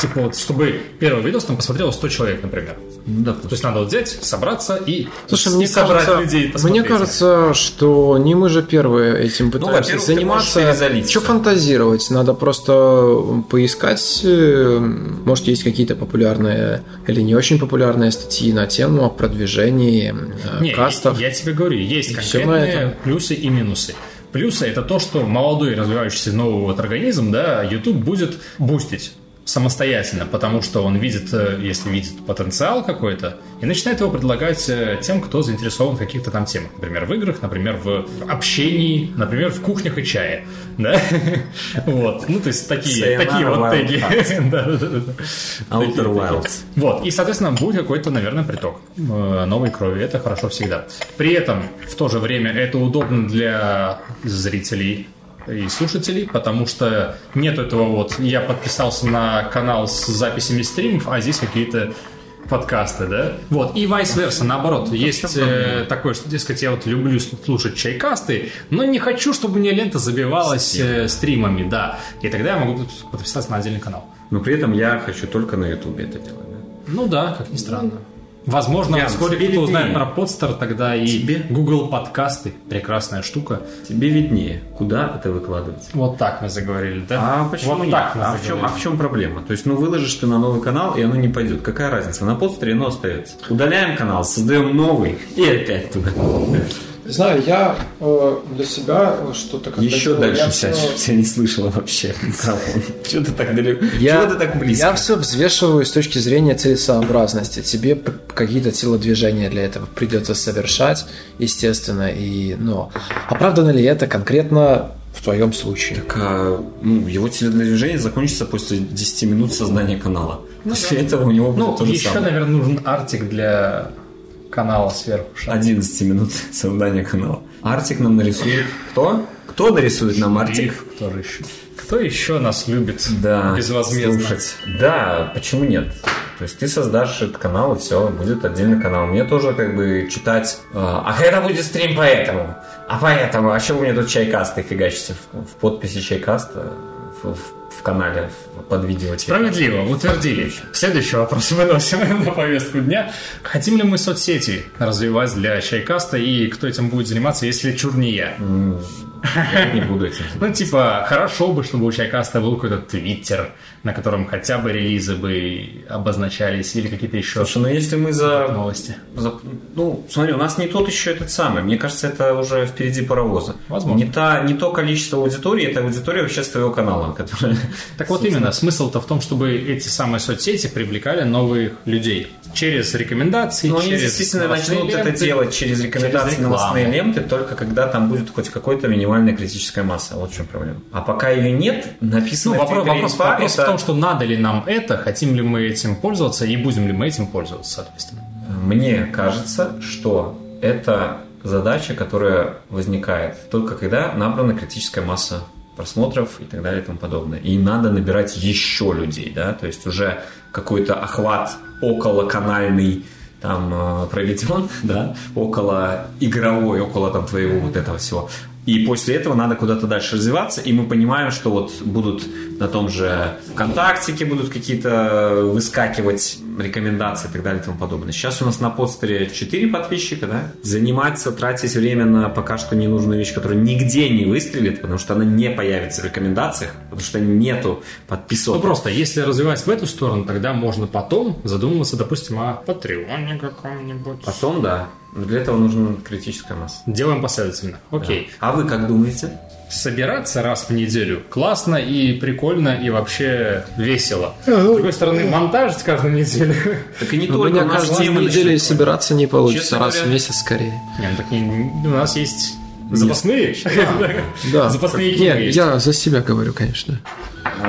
A: Типа вот, чтобы первый видос там посмотрело 100 человек, например.
E: Ну,
A: То
E: допустим.
A: есть надо вот взять, собраться и,
B: Слушай,
A: и
B: мне
A: собрать
B: кажется,
A: людей. и
B: мне
A: посмотреть. Ну,
B: кажется, что не мы же первые этим пытаемся
E: во-первых, ты
B: заниматься.
E: можешь перезалить
B: Чё
E: всё.
B: фантазировать? Надо просто поискать, э, может, есть какие-то популярные или не очень популярные статьи на тему о продвижении э,
A: Не,
B: кастов.
A: Я, я тебе говорю, есть
B: И всё на
A: конкретные плюсы и минусы. плюсы это то, что молодой развивающийся новый вот организм, да, YouTube будет бустить самостоятельно, потому что он видит, э, если видит потенциал какой-то, и начинает его предлагать э, тем, кто заинтересован в каких-то там темах. Например, в играх, например, в общении, например, в кухнях и чае. Да? Вот. Ну, то есть такие,
E: Sayonara
A: такие вот
E: Wild
A: теги. Да-да-да.
E: Outer Wilds.
A: Вот, и, соответственно, будет какой-то, наверное, приток э, новой крови. Это хорошо всегда. При этом, в то же время, это удобно для зрителей и слушателей, потому что нет этого вот, я подписался на канал с записями стримов, а здесь какие-то подкасты, да? Вот, и vice versa, наоборот, есть э, такое, что, дескать, я вот люблю с- слушать чайкасты, но не хочу, чтобы мне лента забивалась э, стримами, да. И тогда я могу подписаться на отдельный канал.
E: Но при этом я хочу только на Ютубе это делать. да.
A: Ну да, как ни странно. Возможно,
E: Ян,
A: вскоре
E: тебе
A: кто узнает
E: виднее.
A: про подстер, тогда и
E: Тебе?
A: Google подкасты. Прекрасная штука.
E: Тебе виднее, куда это выкладывать.
A: Вот так мы заговорили, да?
E: А почему
A: вот
E: нет?
A: так мы
E: а, в чем, а
A: заговорили.
E: в чем проблема? То есть, ну, выложишь ты на новый канал, и оно не пойдет. Какая разница? На подстере оно остается. Удаляем канал, создаем новый, и опять туда.
B: Не знаю, я э, для себя э, что-то как-то
E: Еще
B: делал.
E: дальше
B: Я
E: вся,
B: всё-
E: вся не слышала вообще. Чего ты так далеко? Чего ты так близко?
F: Я все взвешиваю с точки зрения целесообразности. Тебе п- какие-то телодвижения для этого придется совершать, естественно, и но оправдано ли это конкретно в твоем случае?
E: Так, а, ну, его телодвижение закончится после 10 минут создания канала.
B: Ну
E: после этого у него будет
A: Ну,
E: то же
A: еще,
E: самое.
A: наверное, нужен артик для канала сверху. шаг.
E: 11 минут создания канала. Артик нам нарисует. Кто? Кто нарисует нам Артик?
A: Их Кто же еще? Кто еще нас любит
E: Да.
A: безвозмездно?
E: слушать. Да, почему нет? То есть ты создашь этот канал, и все, будет отдельный канал. Мне тоже как бы читать, э, а когда будет стрим по этому? А поэтому, а чего у меня тут чайкасты фигачите в, в подписи чайкаста в, в- в канале в- под видео? типа?
A: Справедливо, утвердили. Следующий вопрос выносим на повестку дня. Хотим ли мы соцсети развивать для чайкаста и кто этим будет заниматься, если чур не я?
E: Я не буду этим
A: Ну, типа, хорошо бы, чтобы у Чайкаста был какой-то твиттер, на котором хотя бы релизы бы обозначались или какие-то еще
E: Слушай, ну если мы за,
A: новости.
E: за- Ну, смотри, у нас не тот еще этот самый. Мне кажется, это уже впереди паровоза.
A: Возможно.
E: Не, та, не то количество аудитории, это аудитория вообще с твоего канала, которая...
A: Так вот именно, смысл-то в том, чтобы эти самые соцсети привлекали новых людей. Через рекомендации,
E: Ну, они
A: через
E: действительно
A: новостные
E: начнут это
A: ленты.
E: делать через рекомендации
A: через
E: новостные
A: рекламу.
E: ленты, только когда там будет хоть какая-то минимальная критическая масса. Вот в чем проблема. А пока ее нет,
A: Ну,
E: написано в
A: вопрос,
E: Твиттере
A: вопрос,
E: инфа,
A: вопрос
E: это-
A: в том, что надо ли нам это, хотим ли мы этим пользоваться и будем ли мы этим пользоваться, соответственно.
E: Мне кажется, что это задача, которая возникает только когда набрана критическая масса просмотров и так далее и тому подобное. И надо набирать еще людей, да, то есть уже какой-то охват околоканальный там э, проведен, да, около игровой, около там твоего вот этого всего. И после этого надо куда-то дальше развиваться, и мы понимаем, что вот будут на том же ВКонтактике будут какие-то выскакивать рекомендации и так далее и тому подобное. Сейчас у нас на подстере 4 подписчика, да? Заниматься, тратить время на пока что ненужную вещь, которая нигде не выстрелит, потому что она не появится в рекомендациях, потому что нету подписок.
A: Ну, просто, если развивать в эту сторону, тогда можно потом задумываться, допустим, о Патреоне каком-нибудь.
E: Потом, да. Но для этого нужна критическая масса.
A: Делаем последовательно. Окей.
E: А вы как думаете?
A: Собираться раз в неделю классно и прикольно и вообще весело.
E: А,
A: С
E: ну,
A: другой стороны, монтажить каждую неделю.
E: Так и не
F: Ну,
E: только
F: Мне
E: у нас
F: кажется,
E: темы
F: на неделе
E: начнут.
F: собираться не получится,
E: Честно
F: раз в
E: говоря,
F: месяц скорее.
A: Не, ну так не- у нас есть запасные.
F: Да.
A: Запасные книги
F: Нет,
A: есть.
F: я за себя говорю, конечно.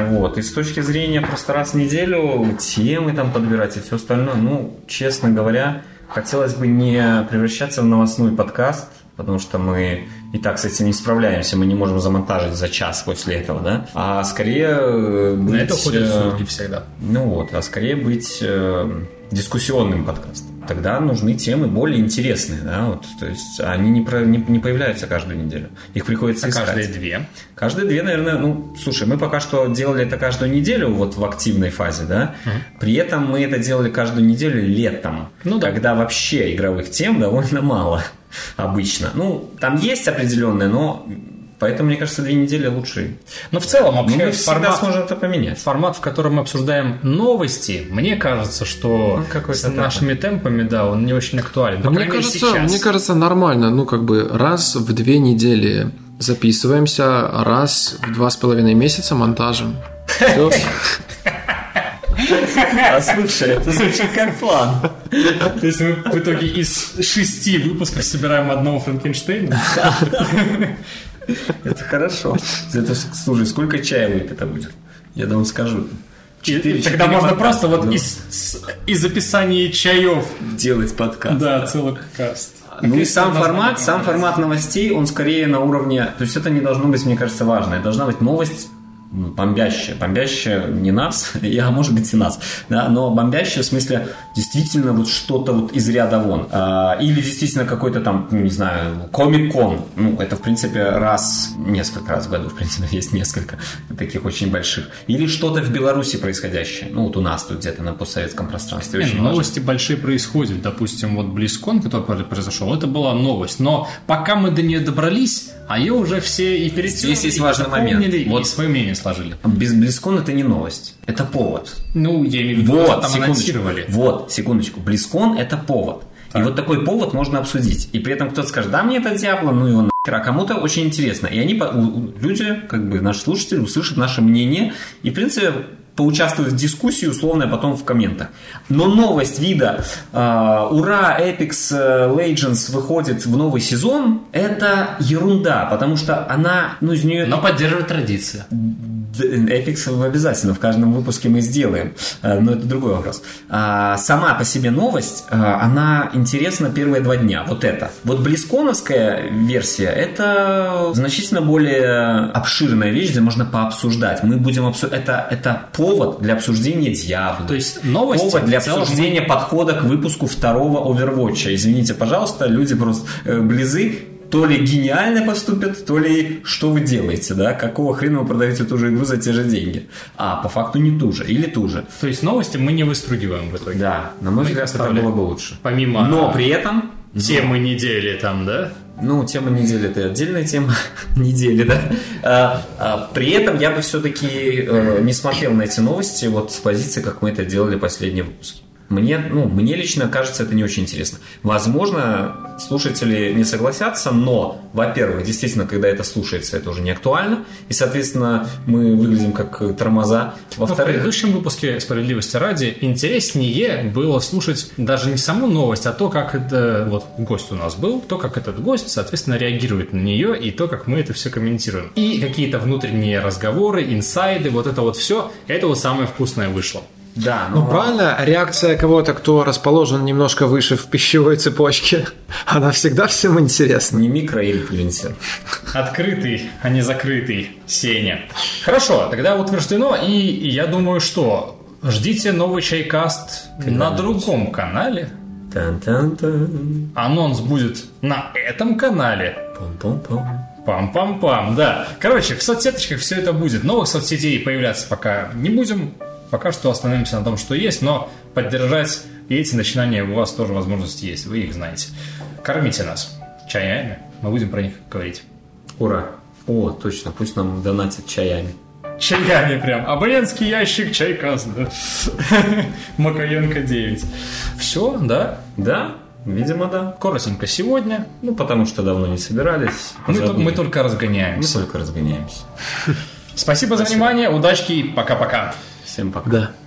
E: Вот, и с точки зрения просто раз в неделю темы там подбирать и все остальное, ну, честно говоря, хотелось бы не превращаться в новостной подкаст, потому что мы и так с этим не справляемся, мы не можем замонтажить за час после этого, да, а скорее э, быть,
A: На это уходят
E: э,
A: сутки всегда.
E: ну вот, а скорее быть э, дискуссионным подкастом. Тогда нужны темы более интересные, да, вот, то есть они не, про- не, не появляются каждую неделю, их приходится
A: А
E: искать.
A: Каждые две.
E: Каждые две, наверное, ну, слушай, мы пока что делали это каждую неделю, вот в активной фазе, да. При этом мы это делали каждую неделю летом,
A: Ну да.
E: когда вообще игровых тем довольно мало обычно. Ну, там есть определенные, но поэтому, мне кажется, две недели лучше.
A: Но в целом,
E: Ну,
A: вообще,
E: мы всегда
A: формат,
E: сможем это поменять.
A: формат, в котором мы обсуждаем новости, мне кажется, что
E: Ну, какой-то
A: с
E: такой. А
A: нашими темпами, да, он не очень актуален. По
B: Мне
A: крайней мере,
B: кажется,
A: сейчас.
B: мне кажется, нормально. Ну, как бы раз в две недели записываемся раз в два с половиной месяца монтажем. Всё.
E: А слушай, это звучит как план.
A: То есть мы в итоге из шести выпусков собираем одного Франкенштейна.
E: Это хорошо. За это, слушай, сколько чая выпито будет? Я вам скажу.
A: И-
E: Четыре-
A: и Тогда
E: четыре
A: можно просто
E: подкаста,
A: вот
E: ну.
A: из, с- из описания чаев,
E: Делать подкаст.
A: да, целый каст.
E: Ну и сам формат, сам формат новостей, он скорее на уровне... То есть это не должно быть, мне кажется, важно. Это должна быть новость м, бомбящая. Бомбящая не нас, я, а может быть, и нас. Да, но бомбящая в смысле действительно вот что-то вот из ряда вон. А, Или действительно какой-то там, ну, не знаю, комик-кон. Ну, это, в принципе, раз, несколько раз в году, в принципе, есть несколько таких очень больших. Или что-то в Беларуси происходящее. Ну, вот у нас тут где-то на постсоветском пространстве.
A: Не,
E: Очень
A: ну,
E: важно.
A: новости большие происходят. Допустим, вот Близкон, который произошел, это была новость. Но пока мы до нее добрались, а ее уже все и перед
E: Здесь есть важный момент.
A: Вот
E: Вот.
A: свое мнение сложили.
E: Без Близкон это не новость, это повод.
A: Ну, я имею в виду, что
E: Вот,
A: там
E: секундочку.
A: анонсировали.
E: Вот, секундочку. Близкон это повод. И вот такой повод можно обсудить. И при этом кто-то скажет, да, мне это дьявола, ну его нахер, а кому-то очень интересно. И они, по- у- у- люди, как бы наши слушатели, услышат наше мнение и, в принципе, поучаствуют в дискуссии, условно, потом в комментах. Но новость вида э, «Ура! Apex э, Legends выходит в новый сезон» — это ерунда, потому что она, ну, из нее...
A: Но поддерживает традиции.
E: Эпикс обязательно в каждом выпуске мы сделаем, Э, но это другой вопрос. А, Сама по себе новость, э, она интересна первые два дня, вот это. Вот близконовская версия, это значительно более обширная вещь, где можно пообсуждать. Мы будем обсуждать, это, это повод для обсуждения дьявола.
A: То есть новости
E: Повод для
A: в целом
E: обсуждения подхода к выпуску второго Overwatch. Извините, пожалуйста, люди просто э, близы то ли гениально поступят, то ли что вы делаете, да? Какого хрена вы продаете ту же игру за те же деньги? А, по факту не ту же, или ту же.
A: То есть новости мы не выстругиваем в итоге.
E: Да, на мой
A: Мы
E: взгляд, это
A: оставляем.
E: было бы лучше.
A: Помимо
E: Но при этом,
A: темы недели там, да?
E: ну, тема недели это отдельная тема недели, да. А, а, при этом я бы все-таки не смотрел на эти новости вот с позиции, как мы это делали последние выпуски. Мне, ну, мне лично кажется, это не очень интересно. Возможно, слушатели не согласятся, но, во-первых, действительно, когда это слушается, это уже не актуально, и, соответственно, мы выглядим как э, тормоза.
A: Ну, В
B: Ну,
E: Во-вторых,
A: предыдущем выпуске «Справедливости ради» интереснее было слушать даже не саму новость, а то, как это... Вот гость у нас был, то, как этот гость, соответственно, реагирует на нее, и то, как мы это все комментируем. И какие-то внутренние разговоры, инсайды, вот это вот все, это вот самое вкусное вышло.
E: да,
B: Ну, правильно, реакция кого-то, кто расположен немножко выше в пищевой цепочке, она всегда всем интересна.
E: не а микроинфлюенсер.
A: Открытый, а не закрытый, Сеня. Хорошо, тогда утверждено, и я думаю, что ждите новый чайкаст на другом канале.
E: Тан-тан-тан.
A: Анонс будет на этом канале.
E: Пом-пом-пом.
A: Пам-пам-пам, да. Короче, в соцсеточках все это будет. Новых соцсетей появляться пока не будем. Пока что остановимся на том, что есть, но поддержать эти начинания у вас тоже возможность есть. Вы их знаете. Кормите нас чаями. Мы будем про них говорить.
E: Ура. О, точно, пусть нам донатят чаями.
A: Чаями прям. Абонентский ящик чайкас, да. Макаенко 9. Все, да.
E: Да, видимо, да.
A: Коротенько сегодня.
E: Ну, потому что давно не собирались.
A: Мы, тол-
E: Забыли.
A: мы только
E: Мы
A: разгоняемся.
E: только разгоняемся.
A: Спасибо за внимание. Удачки и пока-пока.
E: Всем пока.
B: Да.